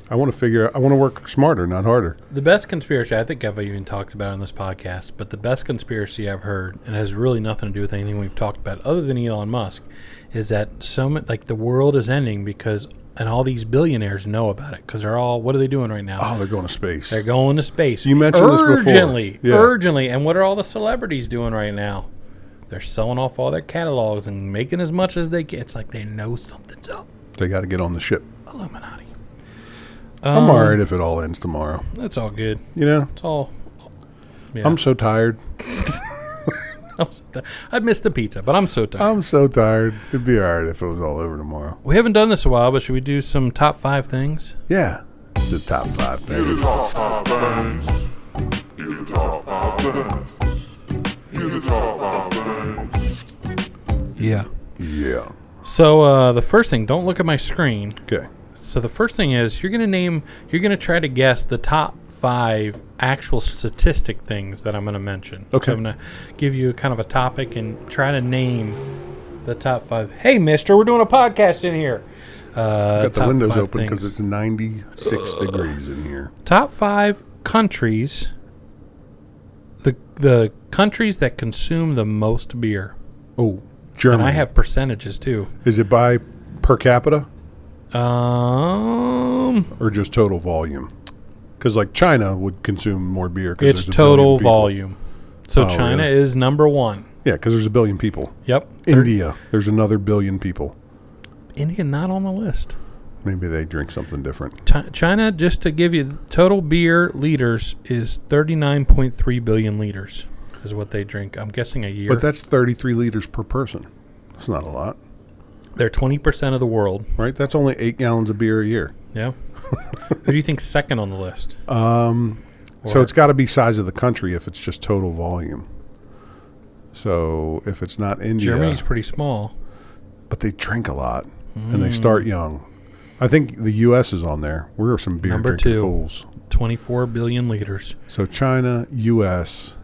I want to figure I want to work smarter, not harder.
The best conspiracy I think I've even talked about on this podcast, but the best conspiracy I've heard, and it has really nothing to do with anything we've talked about other than Elon Musk, is that so much like the world is ending because and all these billionaires know about it because they're all what are they doing right now?
Oh, they're going to space.
They're going to space.
You mentioned this before.
urgently,
Yeah.
urgently. And what are all the celebrities doing right now? They're selling off all their catalogs and making as much as they can. It's like they know something's up.
They got to get on the ship.
Illuminati. Um,
I'm all right if it all ends tomorrow.
That's all good.
You know,
It's all. Yeah.
I'm so tired.
I'm so ti- I'd miss the pizza, but I'm so tired.
I'm so tired. It'd be all right if it was all over tomorrow.
We haven't done this a while, but should we do some top five things?
Yeah, the top five things.
Yeah.
Yeah.
So uh, the first thing, don't look at my screen.
Okay.
So the first thing is you're gonna name, you're gonna try to guess the top five actual statistic things that I'm gonna mention.
Okay.
I'm gonna give you kind of a topic and try to name the top five. Hey, Mister, we're doing a podcast in here. Uh,
Got the
top
windows
five
open because
things.
it's 96 degrees in here.
top five countries. The the countries that consume the most beer.
Oh, Germany.
And I have percentages too.
Is it by per capita
Um,
or just total volume? Because like China would consume more beer. 'cause
it's
there's a billion
total
people.
volume. So
Oh,
China
really?
is number one.
Yeah, because there's a billion people.
Yep.
India, there's another billion people.
India not on the list.
Maybe they drink something different.
Chi- China, just to give you total beer liters, is 39.3 billion liters, is what they drink. I'm guessing a year.
But that's 33 liters per person. That's not a lot,
They're 20% of the world.
right? That's only eight gallons of beer a year.
Yeah. Who do you think's second on the list?
Um, So it's got to be size of the country if it's just total volume. So if it's not India,
Germany's pretty small.
but they drink a lot and
Mm.
they start young. I think the U.S. is on there. We're some beer
Number
drinking
two.
fools.
24 billion liters.
So China, U.S.,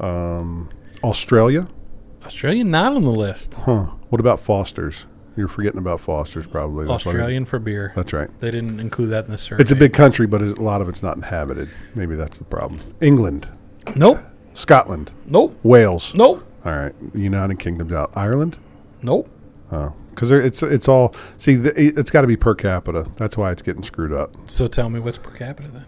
um, Australia.
Australia not on the list.
Huh. What about Foster's? You're forgetting about Foster's, probably. That's why they-
Australian for beer.
That's right.
They didn't include that in the survey.
It's a big country, but it- a lot of it's not inhabited. Maybe that's the problem. England,
Nope.
Scotland,
Nope.
Wales.
Nope.
All right, the United Kingdom's out. Ireland,
Nope.
because it's it's all see. The, it- it's got to be per capita. That's why it's getting screwed up.
So tell me what's per capita then.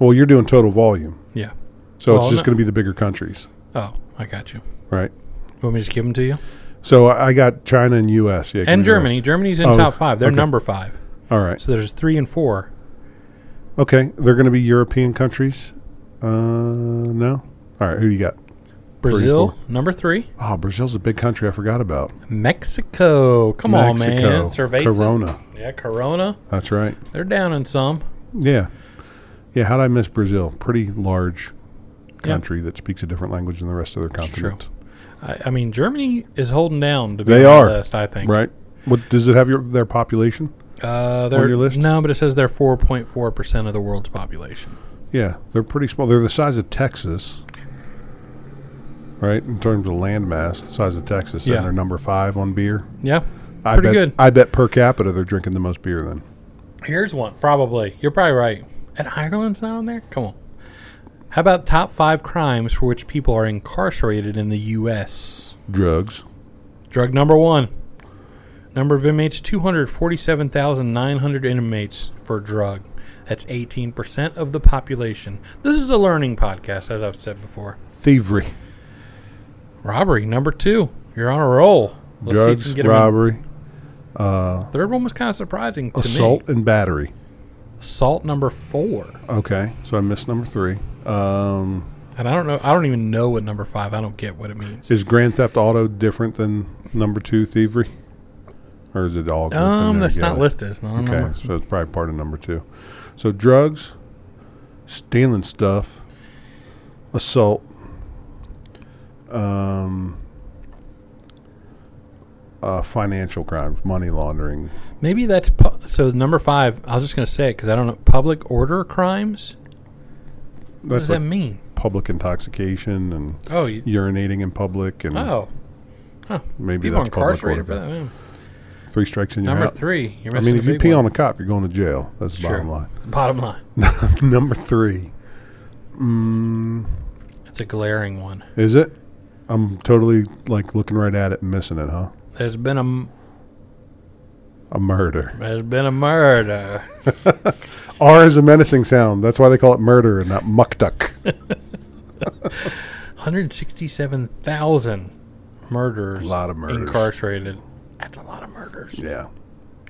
Well, you're doing total volume,
Yeah.
so
Well,
it's just
no-
going to be the bigger countries,
Oh, I got you.
right?
You want me to just give them to you?
So I I got China and U.S. Yeah, give me
And
the
Germany.
rest.
Germany's in
Oh,
top five. They're
okay.
number five.
All right.
So there's three and four.
Okay, they're going to be European countries. Uh, no. All right, who do you got?
Brazil,
four.
number three.
Oh, Brazil's a big country. I forgot about.
Mexico. Come on, man. Cerveza.
Corona.
Yeah, Corona.
That's right.
They're down in some.
Yeah. Yeah, how'd I miss Brazil? Pretty large
Yeah.
country that speaks a different language than the rest of their continent.
I, I mean, Germany is holding down to be
They
on
are.
the list, I think.
Right? What does it have your their population?
Uh, they're,
your list?
No, but it says they're 4.4% of the world's population.
Yeah. They're pretty small. They're the size of Texas. Right? In terms of land mass, the size of Texas.
Yeah.
And they're number five on beer.
Yeah.
I
Pretty
bet,
good.
I bet per capita they're drinking the most beer then.
Here's one, probably. You're probably right. And Ireland's not on there? Come on. How about top five crimes for which people are incarcerated in the U.S.?
Drugs.
Drug number one. Number of inmates 247,900 inmates for drug. That's 18% of the population. This is a learning podcast, as I've said before.
Thievery.
Robbery, number two. You're on a roll. Let's see if you
drugs,
can get 'em in.
robbery,
Third one was kind of surprising to
assault
me.
and battery.
Assault number four.
Okay. So I missed number three. Um
And I don't know. I don't even know what number five. I don't get what it means.
Is Grand Theft Auto different than number two thievery? Or is it all grouped in
Um,
there
that's not
together?
listed. It's not on
Okay,
number.
so it's probably part of number two. So drugs, stealing stuff, assault, um, uh, financial crimes, money laundering.
Maybe that's pu- so. Number five. I was just gonna say it because I don't know. Public order crimes. What
that's
does
like
that mean?
public intoxication and
Oh, you,
urinating in public and
oh,
maybe
people
that's public
incarcerated
order.
for that. man.
but Three strikes and you're
Number
out.
three, you're
I
missing
mean, if you
a big
pee
one.
on a cop, you're going to jail. That's the bottom line.
Bottom line,
Number three. Mm,
it's a glaring one.
is it? I'm totally like looking right at it and missing it, huh?
There's been a m-
A murder.
there's been a murder.
R is a menacing sound. That's why they call it murder and not muck duck.
167,000 murderers.
A lot of murders.
Incarcerated. That's a lot of murders.
yeah.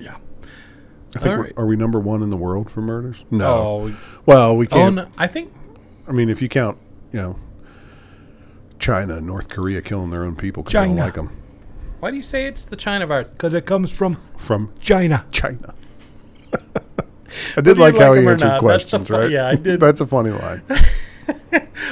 Yeah.
I think
All
we're-
right.
are we number one in the world for murders? No.
Oh,
Well, we
oh
can't.
no, I think
I mean, if you count, you know, China, North Korea killing their own people because they don't
China.
like them
Why do you say it's the China virus? Because it comes from
from
China.
China. I did
you
like how he
like 'em or
answered
not, that's the
questions,
fu-
right?
yeah, I did.
that's a funny line.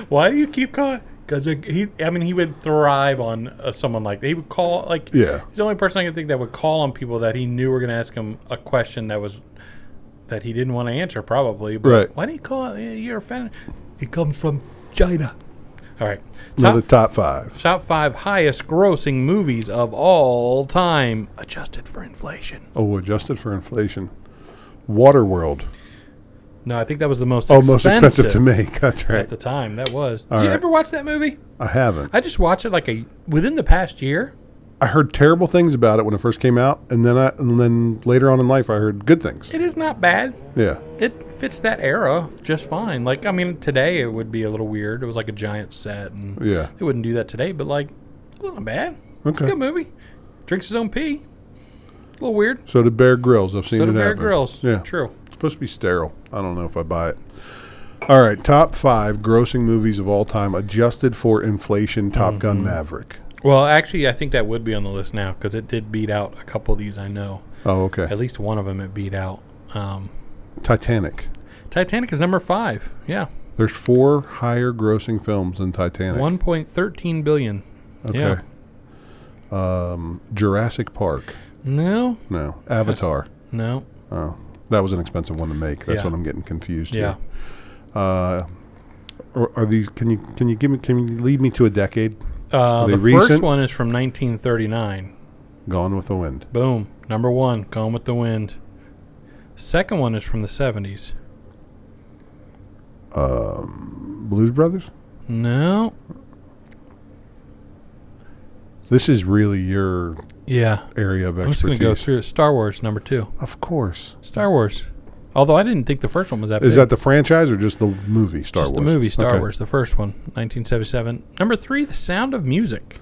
Why do you keep calling? Because he, I mean, he would thrive on uh, someone like he would call like
Yeah.
He's the only person I can think that would call on people that he knew were going to ask him a question that was that he didn't want to answer probably. But
Right.
Why do you call? it- You're offended. It comes from China. All right.
Another
Top,
top five.
top five highest grossing movies of all time, adjusted for inflation.
Oh, adjusted for inflation. Waterworld.
No, I think that was the most
Oh, most
expensive
expensive to make. That's
at
right.
the time. That was. Did
All
you
right.
ever watch that movie?
I haven't.
I just watched it like a within the past year.
I heard terrible things about it when it first came out, and then I, and then later on in life, I heard good things.
It is not bad.
Yeah.
It fits that era just fine. Like I mean, today it would be a little weird. It was like a giant set, and
Yeah.
they wouldn't do that today. But like, it wasn't bad. It's a
Okay.
good movie. Drinks his own pee. A little weird.
So did Bear Grylls. I've seen
So
it
do Bear
happen.
Grylls.
Yeah.
True.
It's supposed to be sterile. I don't know if I buy it. All right, top five grossing movies of all time, adjusted for inflation. Top
Mm-hmm.
Gun Maverick.
Well, actually, I think that would be on the list now because it did beat out a couple of these. I know
Oh, okay.
at least one of them it beat out. Um,
Titanic.
Titanic is number five. Yeah,
There's four higher grossing films than Titanic.
one point thirteen billion.
Okay.
Yeah.
Um, Jurassic Park.
No,
No. Avatar.
no.
Oh, that was an expensive one to make. That's
Yeah.
what I'm getting confused.
Yeah.
Here. Uh, are, are these? Can you can you give me? Can you lead me to a decade?
Uh,
they
the
recent?
first one is from 1939.
Gone with the Wind.
Boom. Number one, Gone with the Wind. Second one is from the 70s.
Blues Brothers.
No.
This is really your
Yeah.
area of
I'm just going
expertise.
to go through it. Star Wars, number two.
Of course.
Star Wars. Although I didn't think the first one was that
Is
big.
that the franchise or just the movie Star
Just
Wars?
the movie Star
Okay.
Wars, the first one, 1977. Number three, The Sound of Music.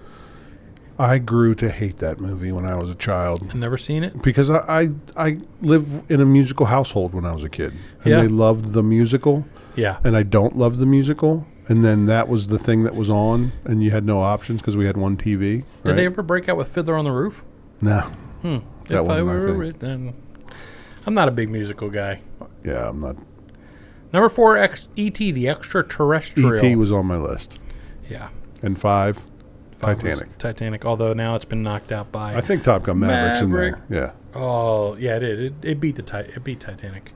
I grew to hate that movie when I was a child
I've never seen it.
because I I, I live in a musical household when I was a kid, and
Yeah.
they loved the musical,
Yeah.
and I don't love the musical. And then that was the thing that was on, and you had no options because we had one TV.
Did
right?
they ever break out with Fiddler on the Roof?
No. That
if I
wasn't my
were
thing.
rich, then- I'm not a big musical guy.
Yeah, I'm not.
Number four, X- E.T., the extraterrestrial.
ET E was on my list,
yeah.
and five.
Five was
Titanic.
Titanic, although now it's been knocked out by.
I think Top Gun Maverick's
Maverick.
in there.
oh yeah, it did. It, it beat the Ti- it beat Titanic.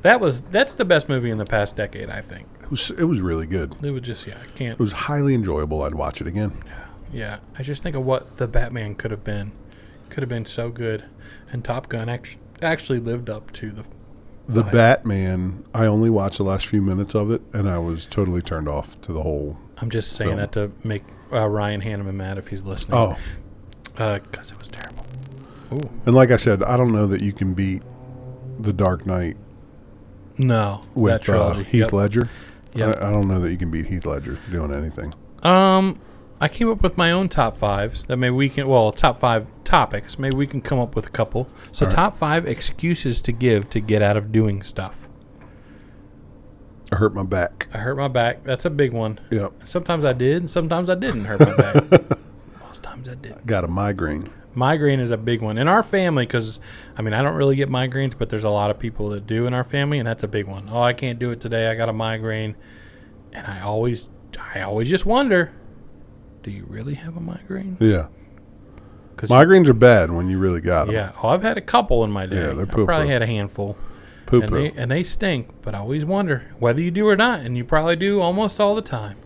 That was that's the best movie in the past decade. I think
Yeah, it was, it was really good.
it was just yeah, I can't.
It was highly enjoyable. I'd watch it again.
Yeah, I just think of what the Batman could have been. Could have been so good, and Top Gun act- actually lived up to the.
The
Oh, yeah.
Batman, I only watched the last few minutes of it, and I was totally turned off to the whole.
I'm just saying
Film.
that to make uh, Ryan Hanneman mad if he's listening.
Oh,
because it was terrible. Ooh,
and like I said, I don't know that you can beat The Dark Knight
no, that
with uh,
trilogy.
Heath
Yep.
Ledger.
Yep.
I, I don't know that you can beat Heath Ledger doing anything.
Um, I came up with my own top fives. That maybe we can well top five topics. Maybe we can come up with a couple. So top five excuses to give to get out of doing stuff.
I hurt my back.
I hurt my back. That's a big one.
Yep,
Sometimes I did, and sometimes I didn't hurt my back. Most times I did.
got a migraine.
Migraine is a big one in our family because, I mean, I don't really get migraines, but there's a lot of people that do in our family, and that's a big one. Oh, I can't do it today. I got a migraine, and I always, I always just wonder, do you really have a migraine?
Yeah,
'Cause
migraines are bad when you really got them.
Yeah. Oh, I've had a couple in my day.
Yeah, they're
I probably
poo-poo.
had a handful.
Poo
and they,
poo.
and they stink. But I always wonder whether you do or not, and you probably do almost all the time.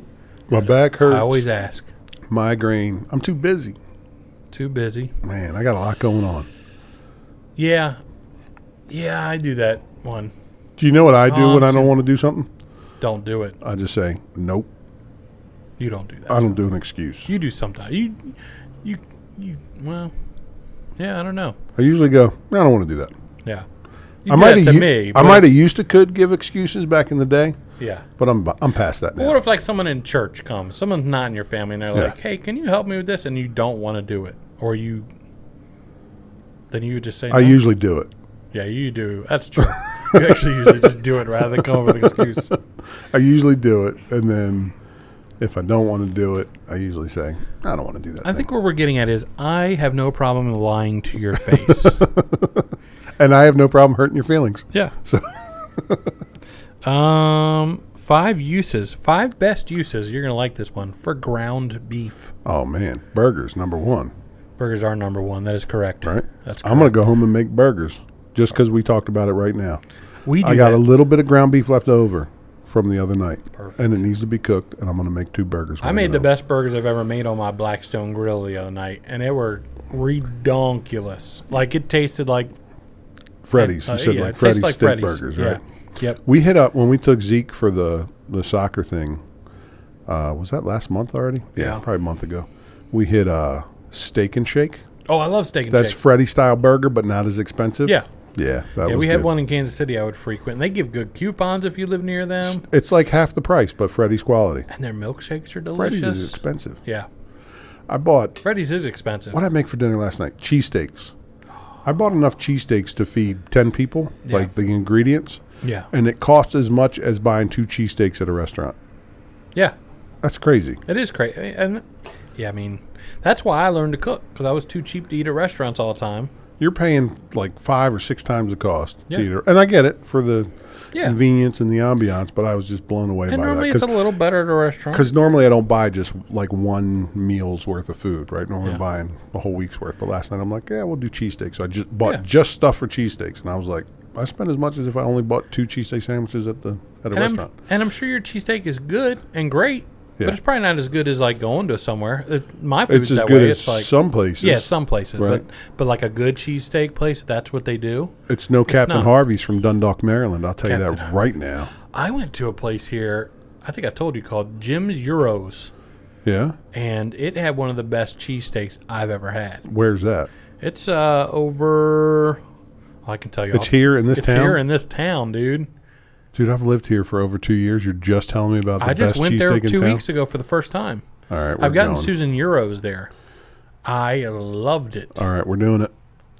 My back hurts.
I always ask.
migraine. I'm too busy.
Too busy.
Man, I got a lot going on.
Yeah, yeah, I do that one.
Do you know what I do
Oh,
when
I'm
I don't
too-
want to do something?
Don't do it.
I just say nope.
You don't do that.
I don't do an excuse.
you do sometimes. You, you, you. Well, yeah, I don't know.
I usually go. "No, I don't want to do that.
Yeah, you
I
do
might have.
that to
u-
me.
I
but
might have
it's-
used to could give excuses back in the day,
Yeah.
but I'm bu- I'm past that
Well,
now.
what if like someone in church comes, someone's not in your family, and they're
Yeah.
like, "Hey, can you help me with this?" And you don't want to do it, or you, then you would just say,
I
no.
usually do it.
"Yeah, you do." That's true. you actually usually just do it rather than come up with an excuse.
I usually do it, and then if I don't want to do it, I usually say I don't want to do that.
I
thing."
think what we're getting at is I have no problem lying to your face.
and I have no problem hurting your feelings.
yeah.
So
Um, five uses, five best uses. You're gonna like this one for ground beef.
Oh man, burgers number one,
Burgers are number one. That is correct.
right?
That's correct.
I'm gonna go home and make burgers just because we talked about it right now.
We do
I got
that.
a little bit of ground beef left over from the other night,
Perfect.
and it needs to be cooked. And I'm gonna make two burgers. when
I made
get
the
home.
best burgers I've ever made on my Blackstone Grill the other night, and they were redonkulous. Like it tasted like
Freddy's.
uh,
you said
yeah, it
like
tastes
Freddy's
like
steak
Freddy's.
burgers,
Yeah.
right?
Yep.
We hit up when we took Zeke for the the soccer thing. Uh, was that last month already?
Yeah.
probably a month ago. We hit uh, Steak and Shake.
Oh, I love steak and
That's
shake.
Freddy style burger, but not as expensive.
yeah.
yeah, that
Yeah,
was
we had
good.
one in Kansas City I would frequent. and They give good coupons if you live near them,
It's like half the price, but Freddy's quality.
and their milkshakes are
Freddy's is
delicious.
expensive.
Yeah,
I bought
Freddy's is expensive.
what I make for dinner last night cheesesteaks. I bought enough cheesesteaks to feed 10 people,
Yeah.
like the ingredients,
Yeah,
and it cost as much as buying two cheesesteaks at a restaurant.
yeah,
That's crazy.
it is crazy. And yeah, I mean, that's why I learned to cook because I was too cheap to eat at restaurants all the time.
You're paying like five or six times the cost.
Yeah.
Theater. And I get it for the
Yeah,
convenience and the ambiance, but I was just blown away
and
by
normally it's a
that.
little better at a restaurant.
Because normally I don't buy just like one meal's worth of food, right? Normally
Yeah.
I'm buying a whole week's worth. But last night I'm like, yeah, we'll do cheesesteaks. So I just bought
Yeah.
just stuff for cheesesteaks. And I was like, I spent as much as if I only bought two cheesesteak sandwiches at the at a
and
restaurant.
I'm, and I'm sure your cheesesteak is good and great,
Yeah.
but it's probably not as good as like going to somewhere. It, my
it's
food's
as
that
good
way.
as
it's like
some places.
yeah, some places,
right.
but but like a good cheesesteak place, that's what they do.
It's no Captain
not.
Harvey's from Dundalk, Maryland. I'll tell you
Captain
that right now.
I went to a place here. I think I told you called Jim's Euros,
Yeah,
and it had one of the best cheesesteaks I've ever had.
where's that?
It's uh over. I can tell you,
It's here in this
it's
town,
here in this town, dude.
dude. I've lived here for over two years. You're just telling me about the
I just
best
went there
cheesesteak in
two
town?
weeks ago for the first time.
All right, we're
I've gotten
going.
Susan Euros there. I loved it.
All right, we're doing it.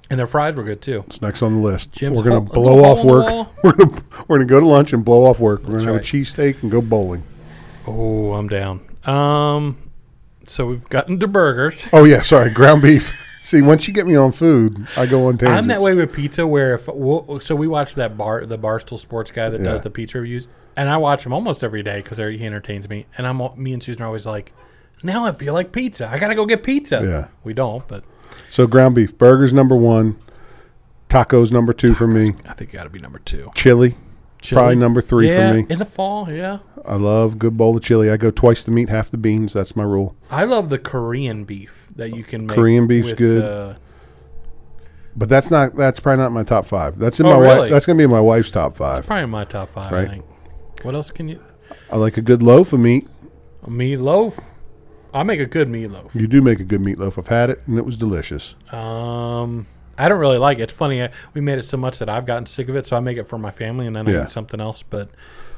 And their fries were good too.
It's next on the list.
Jim's
we're gonna
hole-
blow
hole
off
in the wall.
work. We're gonna we're gonna go to lunch and blow off work. We're gonna have
right.
a cheesesteak and go bowling.
Oh, I'm down. Um, so we've gotten to burgers.
Oh yeah, sorry, ground beef. See, once you get me on food, I go on tangents.
I'm that way with pizza. Where if we'll, so, we watch that bar, the Barstool Sports guy that does
Yeah.
the pizza reviews, and I watch him almost every day because he entertains me. And I'm al- me and Susan are always like, now I feel like pizza. I gotta go get pizza.
Yeah.
we don't, but
So ground beef, burgers number one, tacos number two for me,
I think it gotta be number two.
chili,
Chili.
probably number three
yeah,
for me.
in the fall. Yeah,
I love good bowl of chili. I go twice the meat, half the beans. That's my rule.
I love the Korean beef that you can make.
Korean beef's
with,
good.
Uh,
But that's not that's probably not my top five. That's in
Oh,
my
really?
wife. That's gonna be in my wife's top five.
probably my top five.
Right.
I think. What else can you?
I like a good loaf of meat.
A meatloaf. I make a good meatloaf.
You do make a good meatloaf. I've had it and it was delicious.
Um, I don't really like it. It's funny. I, we made it so much that I've gotten sick of it, so I make it for my family, and then I
Yeah.
eat something else. But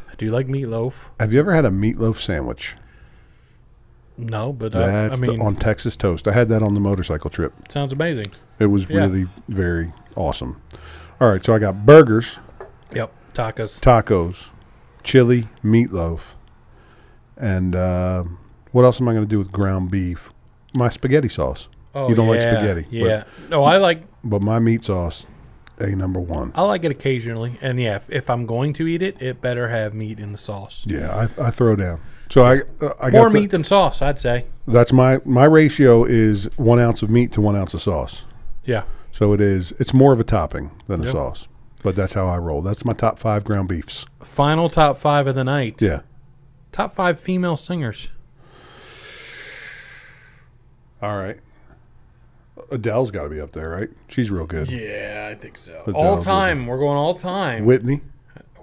I do like meatloaf.
Have you ever had a meatloaf sandwich?
No, but Uh, I, I
That's
mean,
the, on Texas toast. I had that on the motorcycle trip.
it sounds amazing.
It was
Yeah.
really very awesome. All right, so I got burgers,
Yep, tacos.
tacos, chili, meatloaf, and uh, what else am I going to do with ground beef? My spaghetti sauce.
Oh,
you don't like
yeah,
spaghetti, but-
Yeah. No, I like
But my meat sauce, a number one.
I like it occasionally, and yeah, if, if I'm going to eat it, it better have meat in the sauce.
Yeah, I, I throw down. So I uh, I
More
got the-
meat than sauce, I'd say.
that's my my ratio is one ounce of meat to one ounce of sauce.
Yeah.
So it is. It's more of a topping than a
Yep.
sauce. But that's how I roll. That's my top five ground beefs.
Final top five of the night.
Yeah.
Top five female singers.
All right. Adele's got to be up there, right? She's real good.
Yeah, I think so.
Adele's
all time. We're going all time.
Whitney,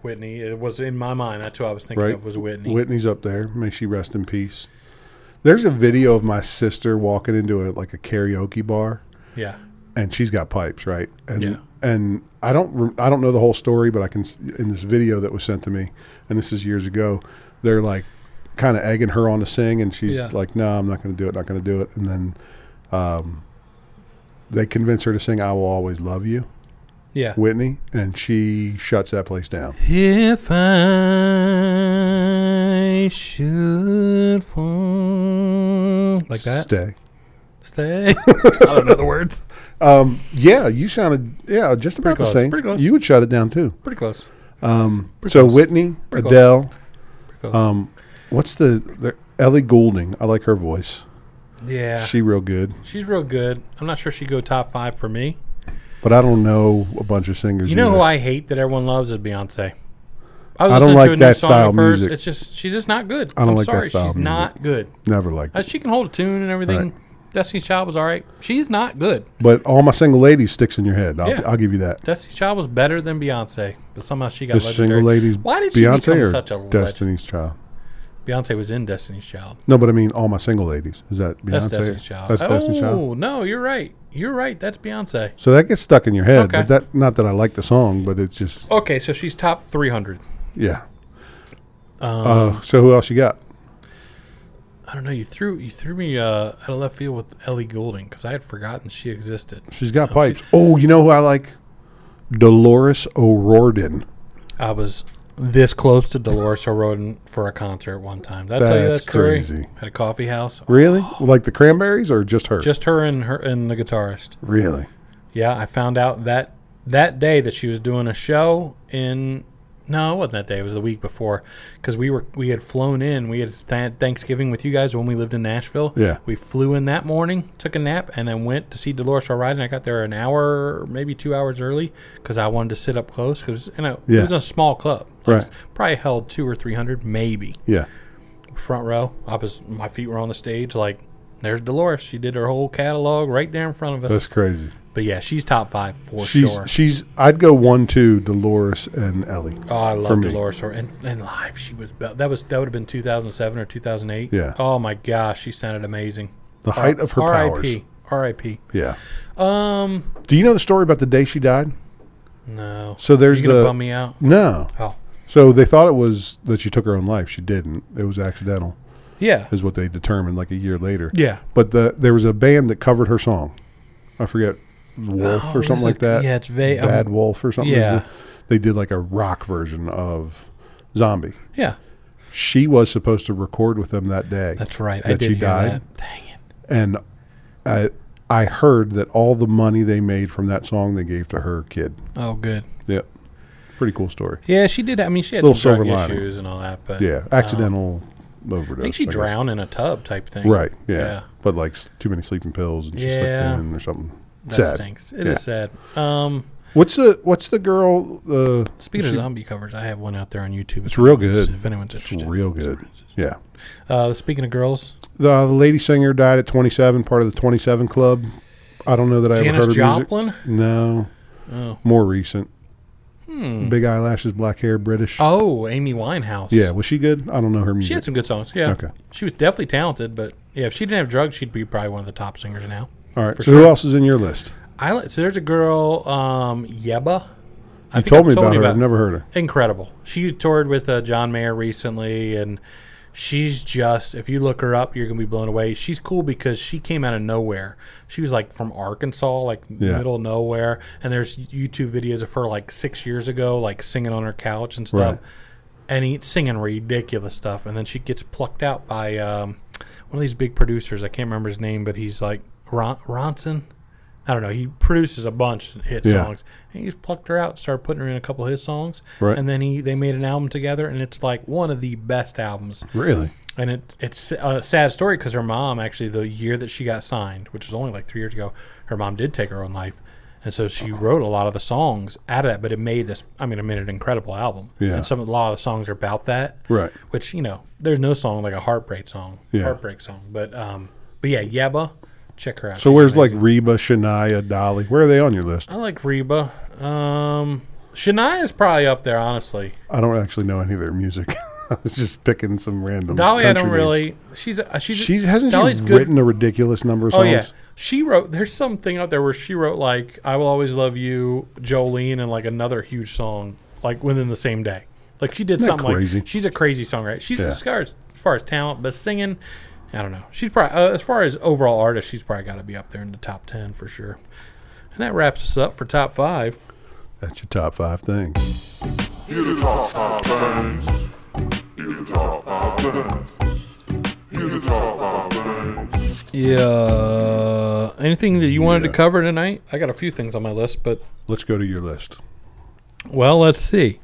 Whitney. It was in my mind. That's who I was thinking
right?
of was Whitney.
Whitney's up there. May she rest in peace. There's a video of my sister walking into a like a karaoke bar,
yeah.
and she's got pipes, right? And
Yeah.
and I don't re- I don't know the whole story, but I can s- in this video that was sent to me, and this is years ago. They're like kind of egging her on to sing, and she's
Yeah.
like, "No, I'm not going to do it. Not going to do it." And then, um, they convince her to sing "I Will Always Love You,"
Yeah.
Whitney, and she shuts that place down.
If I should fall. Like that?
Stay.
Stay. I don't know the words.
Yeah, you sounded yeah just about
Pretty close,
the same.
pretty close.
You would shut it down too.
Pretty close. Pretty
so
close.
Whitney,
Pretty close.
Adele,
Pretty close.
um, what's the, the Ellie Goulding? I like her voice.
yeah.
She real good,
she's real good. I'm not sure she'd go top five for me.
but I don't know a bunch of singers.
You know who
either.
I hate that everyone loves is Beyonce. I was
I don't
listening
like
to a new
that
song
style
of hers.
music.
It's just she's just not good.
I don't
am
like that
sorry,
style
she's
of music.
not good.
never liked.
Uh,
It.
she can hold a tune and everything. Destiny's Child was all right. She's not good.
But all my single ladies sticks in your head. I'll,
Yeah.
I'll give you that.
Destiny's Child was better than Beyonce, but somehow she got
The
legendary.
single ladies.
Why did she
Beyonce
become
or
such a legend?
Destiny's Child?
Beyonce was in Destiny's Child.
No, but I mean all my single ladies. Is that Beyonce?
That's Destiny's Child.
That's
oh,
Destiny's Child.
no, you're right. You're right. That's Beyonce.
So that gets stuck in your head.
Okay.
But that not that I like the song, but it's just
Okay, so she's top 300.
yeah.
Um,
uh, so who else you got?
I don't know. You threw you threw me uh, out of left field with Ellie Goulding because I had forgotten she existed.
She's got
Um,
pipes. oh, you know who I like? Dolores O'Riordan.
I was this close to Dolores O'Riordan for a concert one time. Did I tell you that
That's
story?
crazy.
At a coffee house.
Really? like the Cranberries or just her?
Just her and her and the guitarist.
really.
Yeah, I found out that that day that she was doing a show in. No, it wasn't that day. It was the week before because we were we had flown in. We had th- Thanksgiving with you guys when we lived in Nashville.
Yeah.
we flew in that morning, took a nap, and then went to see Dolores O'Riordan. I got there an hour, maybe two hours early because I wanted to sit up close because you know
Yeah.
it was a small club.
Right.
It's probably held two or three hundred, maybe
Yeah.
front row. I was my feet were on the stage. Like there's Dolores. She did her whole catalog right there in front of us.
That's crazy.
But yeah, she's top five for
she's
sure.
she's I'd go one, two, Dolores and Ellie.
oh, I
for
love
me.
Dolores O'Riordan. And, and live, she was be- that was that would have been 2007 or 2008.
Yeah.
Oh my gosh, she sounded amazing.
The height of her powers.
R.I.P. R.I.P.
Yeah.
Um,
Do you know the story about the day she died?
no.
So there's
you gonna
the
bum me out.
No.
Oh,
So they thought it was that she took her own life. She didn't. It was accidental,
yeah,
is what they determined like a year later.
yeah.
But the there was a band that covered her song. I forget Wolf
Oh,
or
this
something
is-
like that.
Yeah, it's vague. um,
Bad Wolf or something.
yeah.
They did like a rock version of Zombie.
yeah,
She was supposed to record with them that day.
that's right. I
That
did
she
hear
died?
That. Dang it.
And I I heard that all the money they made from that song they gave to her kid.
Oh, good.
Yep. Pretty cool story.
Yeah, she did. I mean, she had
Little
some drug
silver lining.
issues and all that, but
Yeah. Accidental overdose.
I think she
guess.
drowned in a tub type thing.
Right. Yeah.
Yeah.
But like s- too many sleeping pills and she
Yeah.
slipped in or something.
That
Sad.
stinks. It is
Yeah.
sad. Um,
What's the what's the girl uh, the
speaking of
she-
zombie covers, I have one out there on YouTube.
It's real good.
If anyone's
It's
interested.
real good. Yeah.
Uh, speaking of girls,
The, the lady singer died at 27, part of the 27 Club. I don't know that I ever
Janis
heard of music.
Joplin.
No.
Oh. Hmm.
More recent. Big eyelashes, black hair, British.
Oh, Amy Winehouse.
Yeah, was she good? I don't know her music.
she had some good songs. Yeah.
Okay.
She was definitely talented, but yeah, if she didn't have drugs, she'd be probably one of the top singers now.
All right.
for
So who else is in your list?
I li- so there's a girl, um, Yeba. I
You
think
told
I've
me about her. I've
about-
never heard of her.
incredible. She toured with uh, John Mayer recently, and she's just, if you look her up, you're going to be blown away. She's cool because she came out of nowhere. She was like from Arkansas, like
Yeah.
middle of nowhere. And there's YouTube videos of her like six years ago, like singing on her couch and stuff.
Right.
And he's singing ridiculous stuff. And then she gets plucked out by um, one of these big producers. I can't remember his name, but he's like Ron- Ronson. I don't know. He produces a bunch of hit
Yeah.
songs. And he just plucked her out and started putting her in a couple of his songs.
Right.
And then he they made an album together, and it's like one of the best albums.
Really?
And it, it's a sad story because her mom, actually, the year that she got signed, which was only like three years ago, her mom did take her own life. And so she
Uh-huh.
wrote a lot of the songs out of that, but it made this. I mean, it made an incredible album.
Yeah.
And some a lot of the songs are about that.
Right.
Which you know, there's no song like a heartbreak song.
Yeah.
Heartbreak song, but um, but yeah, Yabba, check her out.
So
She's
where's
amazing.
like Reba, Shania, Dolly? Where are they on your list?
I like Reba. Um, Shania is probably up there, honestly.
I don't actually know any of their music. I was just picking some random.
Dolly, I
country
don't
names.
really. She's a, she's a-
She hasn't
Dolly's
she
good.
written a ridiculous number of
Oh
songs.
yeah, she wrote. There's something out there where she wrote like "I Will Always Love You," Jolene, and like another huge song like within the same day. Like she did
Isn't that
something
crazy?
like she's a crazy songwriter. She's
Yeah.
as, far as, as far as talent, but singing, I don't know. She's probably uh, as far as overall artist, she's probably got to be up there in the top ten for sure. And that wraps us up for top five.
That's your top five things.
You the top five things. You the top five things. You the top five things.
Yeah. Anything that you wanted to
Yeah.
cover tonight? I got a few things on my list, but
Let's go to your list.
Well, let's see.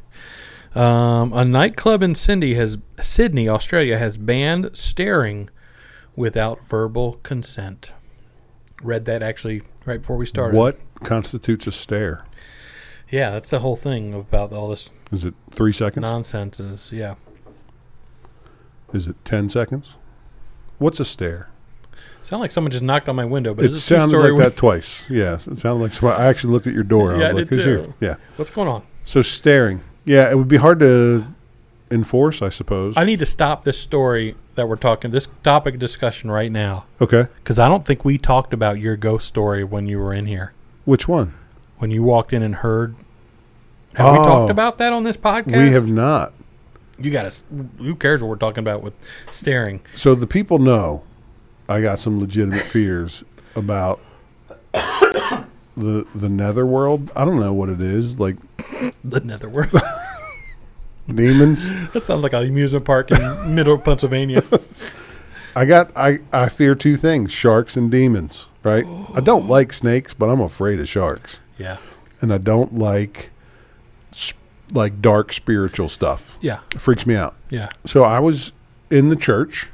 Um, a nightclub in Sydney has Sydney, Australia, has banned staring without verbal consent. Read that actually right before we started.
What constitutes a stare?
Yeah, that's the whole thing about all this
Is it three seconds?
nonsense. Is yeah,
Is it ten seconds? What's a stare?
sound like someone just knocked on my window, but
It
it's a true
sounded
story.
like that twice. Yes, it sounded like. So I actually looked at your door.
Yeah, I
I was like,
did
"Who's here?"
too.
Yeah.
What's going on?
So staring. Yeah, it would be hard to enforce, I suppose.
I need to stop this story that we're talking this topic discussion right now
okay.
because I don't think we talked about your ghost story when you were in here
Which one?
when you walked in and heard. Have we
Oh.
talked about that on this podcast?
We have not.
You got to. Who cares what we're talking about with staring?
So the people know I got some legitimate fears about the the netherworld. I don't know what it is, like
The netherworld.
demons.
that sounds like an amusement park in middle Pennsylvania.
I got I I fear two things, sharks and demons, right? I don't like snakes, but I'm afraid of sharks.
Yeah.
And I don't like sp- like dark spiritual stuff.
Yeah.
It freaks me out.
Yeah.
So I was in the church,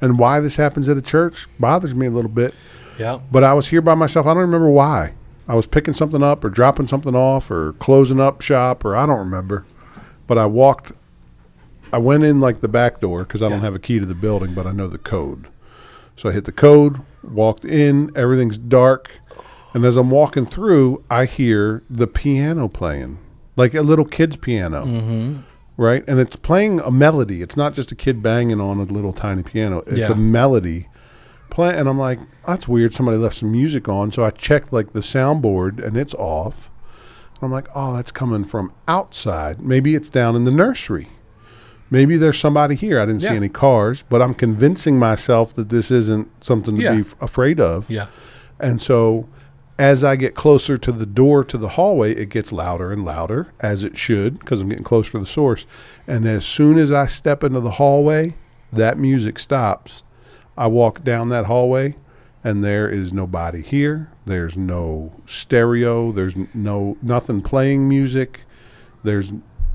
and why this happens at a church bothers me a little bit.
Yeah.
But I was here by myself. I don't remember why. I was picking something up or dropping something off or closing up shop or I don't remember. But I walked, I went in like the back door because I don't have a key to the building, but I know the code. So I hit the code, walked in, everything's dark. And as I'm walking through, I hear the piano playing, like a little kid's piano. Right? And it's playing a melody. It's not just a kid banging on a little tiny piano, it's
Yeah.
a melody play and I'm like, that's weird. Somebody left some music on. So I checked like the soundboard and it's off. I'm like, oh, that's coming from outside. Maybe it's down in the nursery. Maybe there's somebody here. I didn't
Yeah.
see any cars, but I'm convincing myself that this isn't something to
Yeah.
be f- afraid of.
Yeah.
And so as I get closer to the door to the hallway, it gets louder and louder, as it should, because I'm getting closer to the source. And as soon as I step into the hallway, that music stops. I walk down that hallway, and there is nobody here. There's no stereo. There's n- no nothing playing music. There's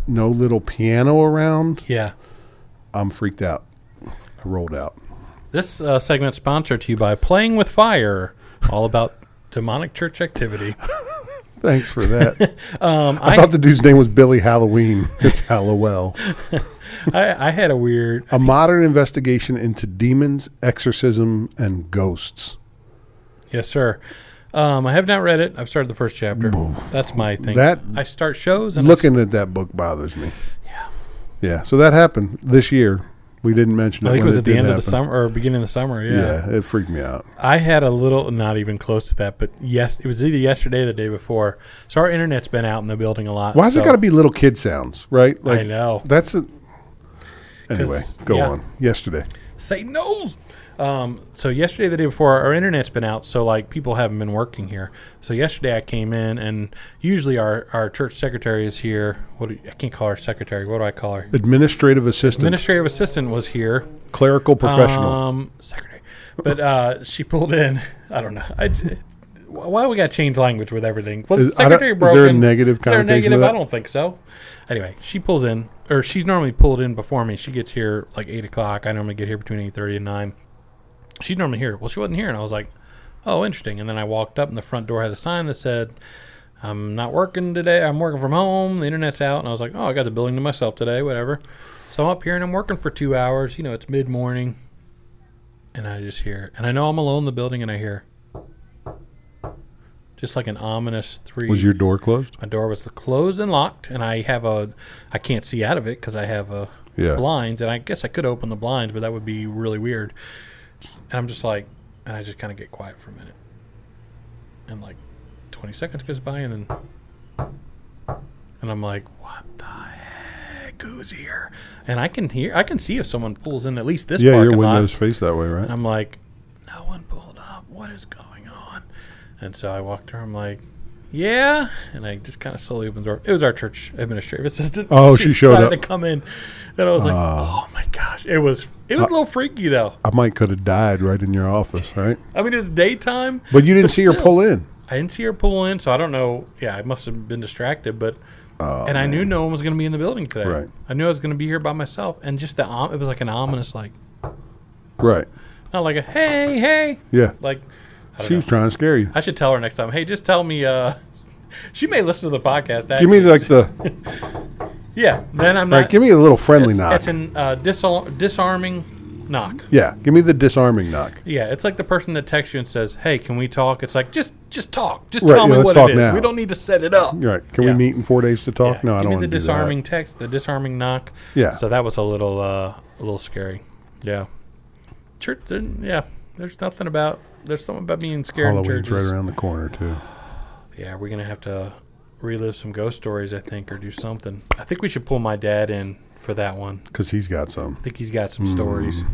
no little piano around.
Yeah.
I'm freaked out. I rolled out.
This uh, segment sponsored to you by Playing with Fire, all about demonic church activity.
Thanks for that.
Um,
I,
I,
thought the dude's name was Billy Halloween. It's Hallowell.
I I had a weird.
A modern investigation into demons, exorcism, and ghosts.
Yes, sir. Um, I have not read it. I've started the first chapter. That's my thing.
That-
I start shows and I
Looking at that book bothers me. Yeah. Yeah. So that happened this year. We didn't mention
I
it.
think it
when
was at the
did
end of the
happen.
summer or beginning of the summer.
Yeah. It freaked me out.
I had a little, not even close to that, but yes, it was either yesterday or the day before. So our internet's been out in the building a lot.
Why has
so
it got to be little kid sounds, right?
I know.
That's a, anyway.
'Cause-
Go
yeah.
on. Yesterday.
Say no. Um, so yesterday, the day before, our internet's been out, so like people haven't been working here. So yesterday, I came in, and usually our, our church secretary is here. What do, I can't call her secretary. What do I call her?
Administrative assistant,
Administrative assistant was here.
clerical professional.
Um, secretary. But uh, she pulled in. I don't know. I d- why we got to change language with everything? Was
Is- I don't-
secretary
is
broken?
there a negative
Is there a
connotation to
negative?
that?
I don't think so. Anyway, she pulls in, or she's normally pulled in before me. She gets here like eight o'clock. I normally get here between eight thirty and nine. She's normally here. Well, she wasn't here, and I was like, oh, interesting. And then I walked up, and the front door had a sign that said, I'm not working today. I'm working from home. The internet's out. And I was like, oh, I got the building to myself today, whatever. So I'm up here and I'm working for two hours. You know, it's mid morning. And I just hear, and I know I'm alone in the building, and I hear just like an ominous three.
Was your door closed?
My door was closed and locked, and I have a, I can't see out of it because I have a
Yeah.
blinds, and I guess I could open the blinds, but that would be really weird. And I'm just like, and I just kind of get quiet for a minute, and like, 20 seconds goes by, and then, and I'm like, what the heck? Who's here? And I can hear, I can see if someone pulls in at least this.
Yeah, your
parking lot.
windows face that way,
And
right?
I'm like, no one pulled up. What is going on? And so I walked to her. I'm like, yeah. And I just kind of slowly opened the door. It was our church administrative assistant.
Oh, she showed
decided
up. Uh.
to come in, and I was like, oh my gosh, it was it was a little freaky though.
I might could have died right in your office, right?
I mean, it was daytime.
But you didn't see her
still.
pull in.
I didn't see her pull in, so I don't know. Yeah, I must have been distracted, but. and I knew no one was going to be in the building today.
Oh, Right.
I knew I was going to be here by myself, and just the om- it was like an ominous, like
Right.
not like a hey hey,
Yeah.
like I don't
She
know.
was trying to scare you.
I should tell her next time. Hey, just tell me. Uh, she may listen to the podcast. Actually.
Give me like the
yeah. Then I'm not.
right, give me a little friendly
it's,
knock.
It's an uh, disar- disarming knock.
yeah, give me the disarming knock.
Yeah, it's like the person that texts you and says, "Hey, can we talk?" It's like just just talk. Just
Right,
tell
yeah,
me
let's
what
talk
it is.
now.
We don't need to set it up.
You're right. Can
Yeah.
we meet in four days to talk?
Yeah,
No, I
give
don't
me
want
the
to do
disarming
that.
text, the disarming knock.
Yeah.
So that was a little uh, a little scary. Yeah. Church. there- Yeah. There's nothing about. There's something about being scared in
Halloween's
churches.
right around the corner too.
Yeah, we're gonna have to relive some ghost stories, I think, or do something. I think we should pull my dad in for that one.
Because he's got some.
I think he's got some stories.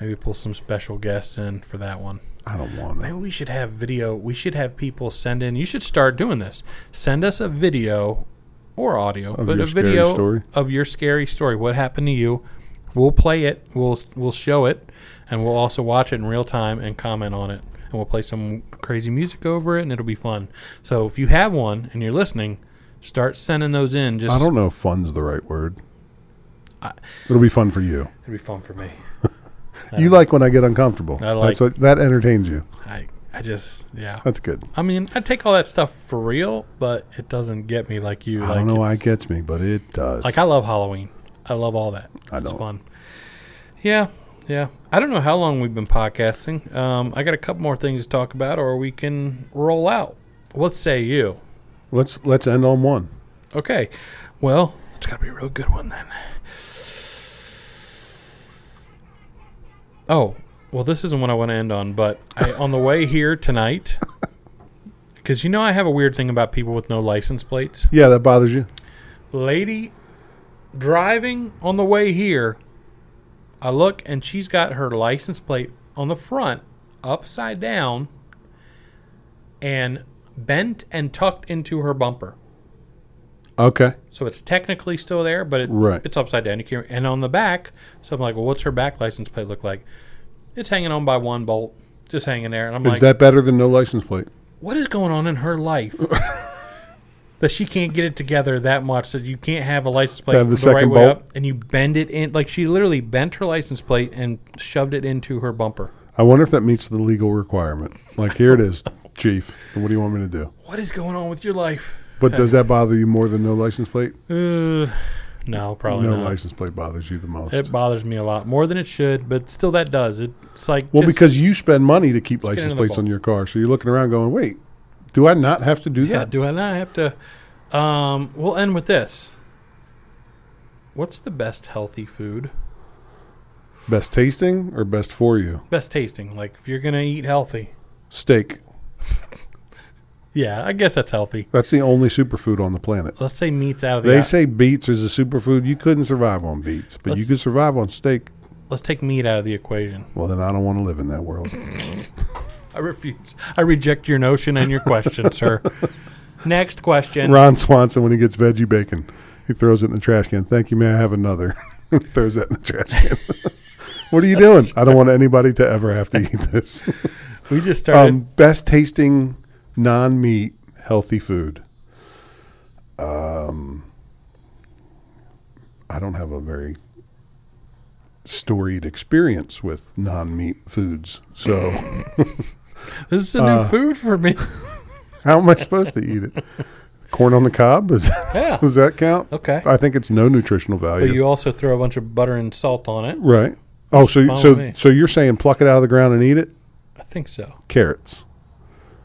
Maybe pull some special guests in for that one.
I don't want
Maybe
it.
we should have video. We should have people send in. You should start doing this. Send us a video or audio, but
your
a
scary
video
story?
of your scary story. What happened to you? We'll play it. We'll we'll show it, and we'll also watch it in real time and comment on it. And we'll play some crazy music over it, and it'll be fun. So if you have one and you're listening, start sending those in. Just
I don't know if fun's the right word. It'll be fun for you.
it'll be fun for me.
You like when I get uncomfortable.
I like-
That's what, that entertains you.
I I just yeah.
That's good.
I mean, I take all that stuff for real, but it doesn't get me like you.
I
like
don't know why it
it's-
gets me, but it does.
Like I love Halloween. I love all that.
I
it's
don't.
fun. Yeah, yeah. I don't know how long we've been podcasting. Um, I got a couple more things to talk about, or we can roll out. What say you?
let's let's end on one.
Okay. Well, it's gotta be a real good one then. Oh, well, this isn't what I want to end on, but I, on the way here tonight, because you know I have a weird thing about people with no license plates.
Yeah, that bothers you.
lady driving on the way here. I look and she's got her license plate on the front upside down and bent and tucked into her bumper.
Okay.
So it's technically still there, but it,
Right.
it's upside down. You can't, and on the back, so I'm like, well, what's her back license plate look like? It's hanging on by one bolt, just hanging there. And I'm
Is
like,
that better than no license plate?
what is going on in her life that she can't get it together that much that you can't have a license plate
Have the
the, right
second
way
bolt?
up and you bend it in like she literally bent her license plate and shoved it into her bumper.
I wonder if that meets the legal requirement. Like here it is, chief. What do you want me to do?
What is going on with your life?
But does that bother you more than no license plate?
Uh, no, probably
no
not.
license plate bothers you the most.
It bothers me a lot more than it should, but still that does. It's like
well,
just-
because you spend money to keep license
another
plates
ball.
on your car, so you're looking around going, "Wait, do I not have to do
yeah,
that?"
do I not have to? Um, we'll end with this. What's the best healthy food?
Best tasting or best for you?
Best tasting. Like if you're gonna eat healthy,
Steak.
yeah, I guess that's healthy.
That's the only superfood on the planet.
let's say meat's out of the
They
ou-
say beets is a superfood. You couldn't survive on beets, but you
Let's-
could survive on steak.
let's take meat out of the equation.
Well, then I don't want to live in that world.
I refuse. I reject your notion and your question, sir. Next question.
Ron Swanson, when he gets veggie bacon, he throws it in the trash can. Thank you, may I have another? throws that in the trash can. what are you doing? I don't want anybody to ever have to eat this.
We just started.
um, best tasting non meat healthy food. Um, I don't have a very storied experience with non meat foods, so
This is a
uh,
new food for me.
How am I supposed to eat it? Corn on the cob? Is,
Yeah.
does that count?
Okay.
I think it's no nutritional value.
But you also throw a bunch of butter and salt on it.
right. Oh, so you-
fine
so
with me.
so you're saying pluck it out of the ground and eat it?
I think so.
Carrots.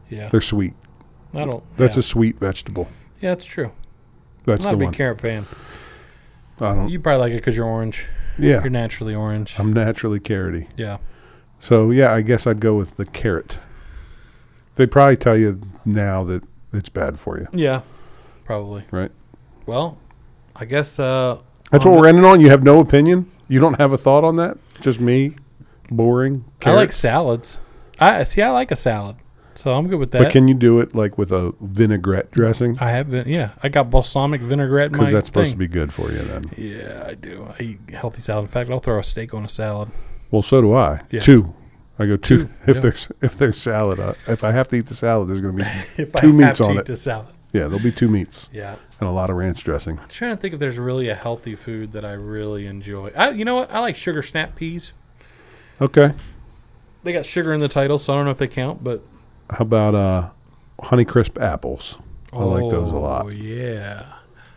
Yeah.
They're sweet.
I don't.
That's
yeah.
a sweet vegetable.
yeah, it's true.
That's
I'm not a
the
big
one.
carrot fan.
I don't.
You probably like it because you're orange.
yeah. Um,
You're naturally orange.
I'm naturally carroty.
yeah.
So yeah, I guess I'd go with the carrot. They probably tell you now that it's bad for you,
Yeah. Probably.
right?
Well, I guess. uh
That's what we're ending on. You have no opinion. You don't have a thought on that. Just me, boring.
I like
Carrots.
salads. I see. I like a salad, so I'm good with that. Uh,
But can you do it like with a vinaigrette dressing?
I have been. Yeah, I got balsamic vinaigrette.
Because
Because
that's supposed to be good for you. Then.
be. Yeah, I do. I eat healthy salad. In fact, I'll throw a steak on a salad.
Well, so do I.
Yeah.
Two. I go two.
Two,
If
yeah.
there's if there's salad, uh, if I have to eat the salad, there's going to be
If
two
I
meats
have to
on
eat
it.
the salad.
yeah, there'll be two meats
Yeah.
and a lot of ranch dressing.
I'm trying to think if there's really a healthy food that I really enjoy. I, you know what? I like sugar snap peas.
Okay.
They got sugar in the title, so I don't know if they count, but
How about uh, honey crisp apples? I like those a
Oh,
lot.
yeah.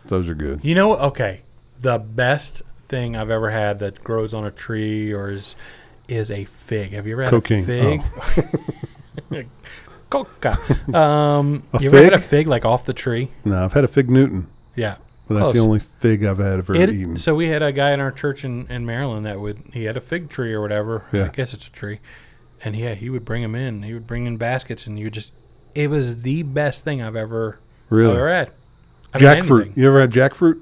Those are good.
You know, okay, the best thing I've ever had that grows on a tree or is is a fig. Have you ever had
Cocaine. Oh.
a fig? Coca. Um,
A
you ever had a
fig?
fig like off the tree?
No, I've had a fig Newton,
Yeah.
but that's the
Close.
only fig I've had ever
It-
eaten.
so we had a guy in our church in, in Maryland that would he had a fig tree or whatever.
Yeah.
I guess it's a tree, and yeah, he would bring them in. He would bring in baskets, and you just it was the best thing I've ever
Really?
ever had. I mean,
jackfruit.
anything.
You ever had jackfruit?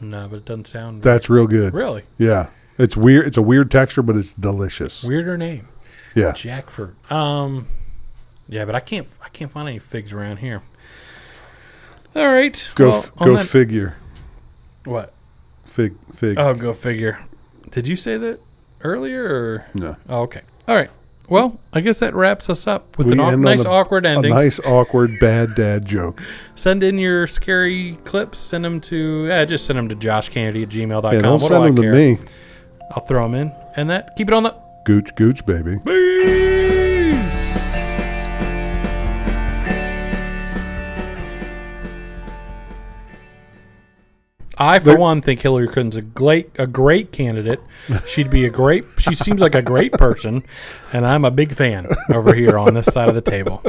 No, but it doesn't sound
That's real good.
really
Yeah. It's weird. It's a weird texture, but it's delicious.
weirder name.
Yeah.
Jackfruit. Um, yeah, but I can't I can't find any figs around here. All right,
Go
well,
f-
on
go
that-
figure.
What?
Fig fig.
Oh, go figure. Did you say that earlier? Or?
no.
Oh, okay. All right. Well, I guess that wraps us up with
We
an au-
end on
nice
a-
awkward ending.
A nice awkward bad dad joke.
Send in your scary clips. Send them to yeah, just send them to joshkennedy at gmail.com.
Yeah, don't
what
send
do I
them to
care?
me.
I'll throw them in. And that keep it on the
Gooch gooch baby.
bees. I, for
There-
one, think Hillary Clinton's a great, a great candidate. She'd be a great. She seems like a great person, and I'm a big fan over here on this side of the table.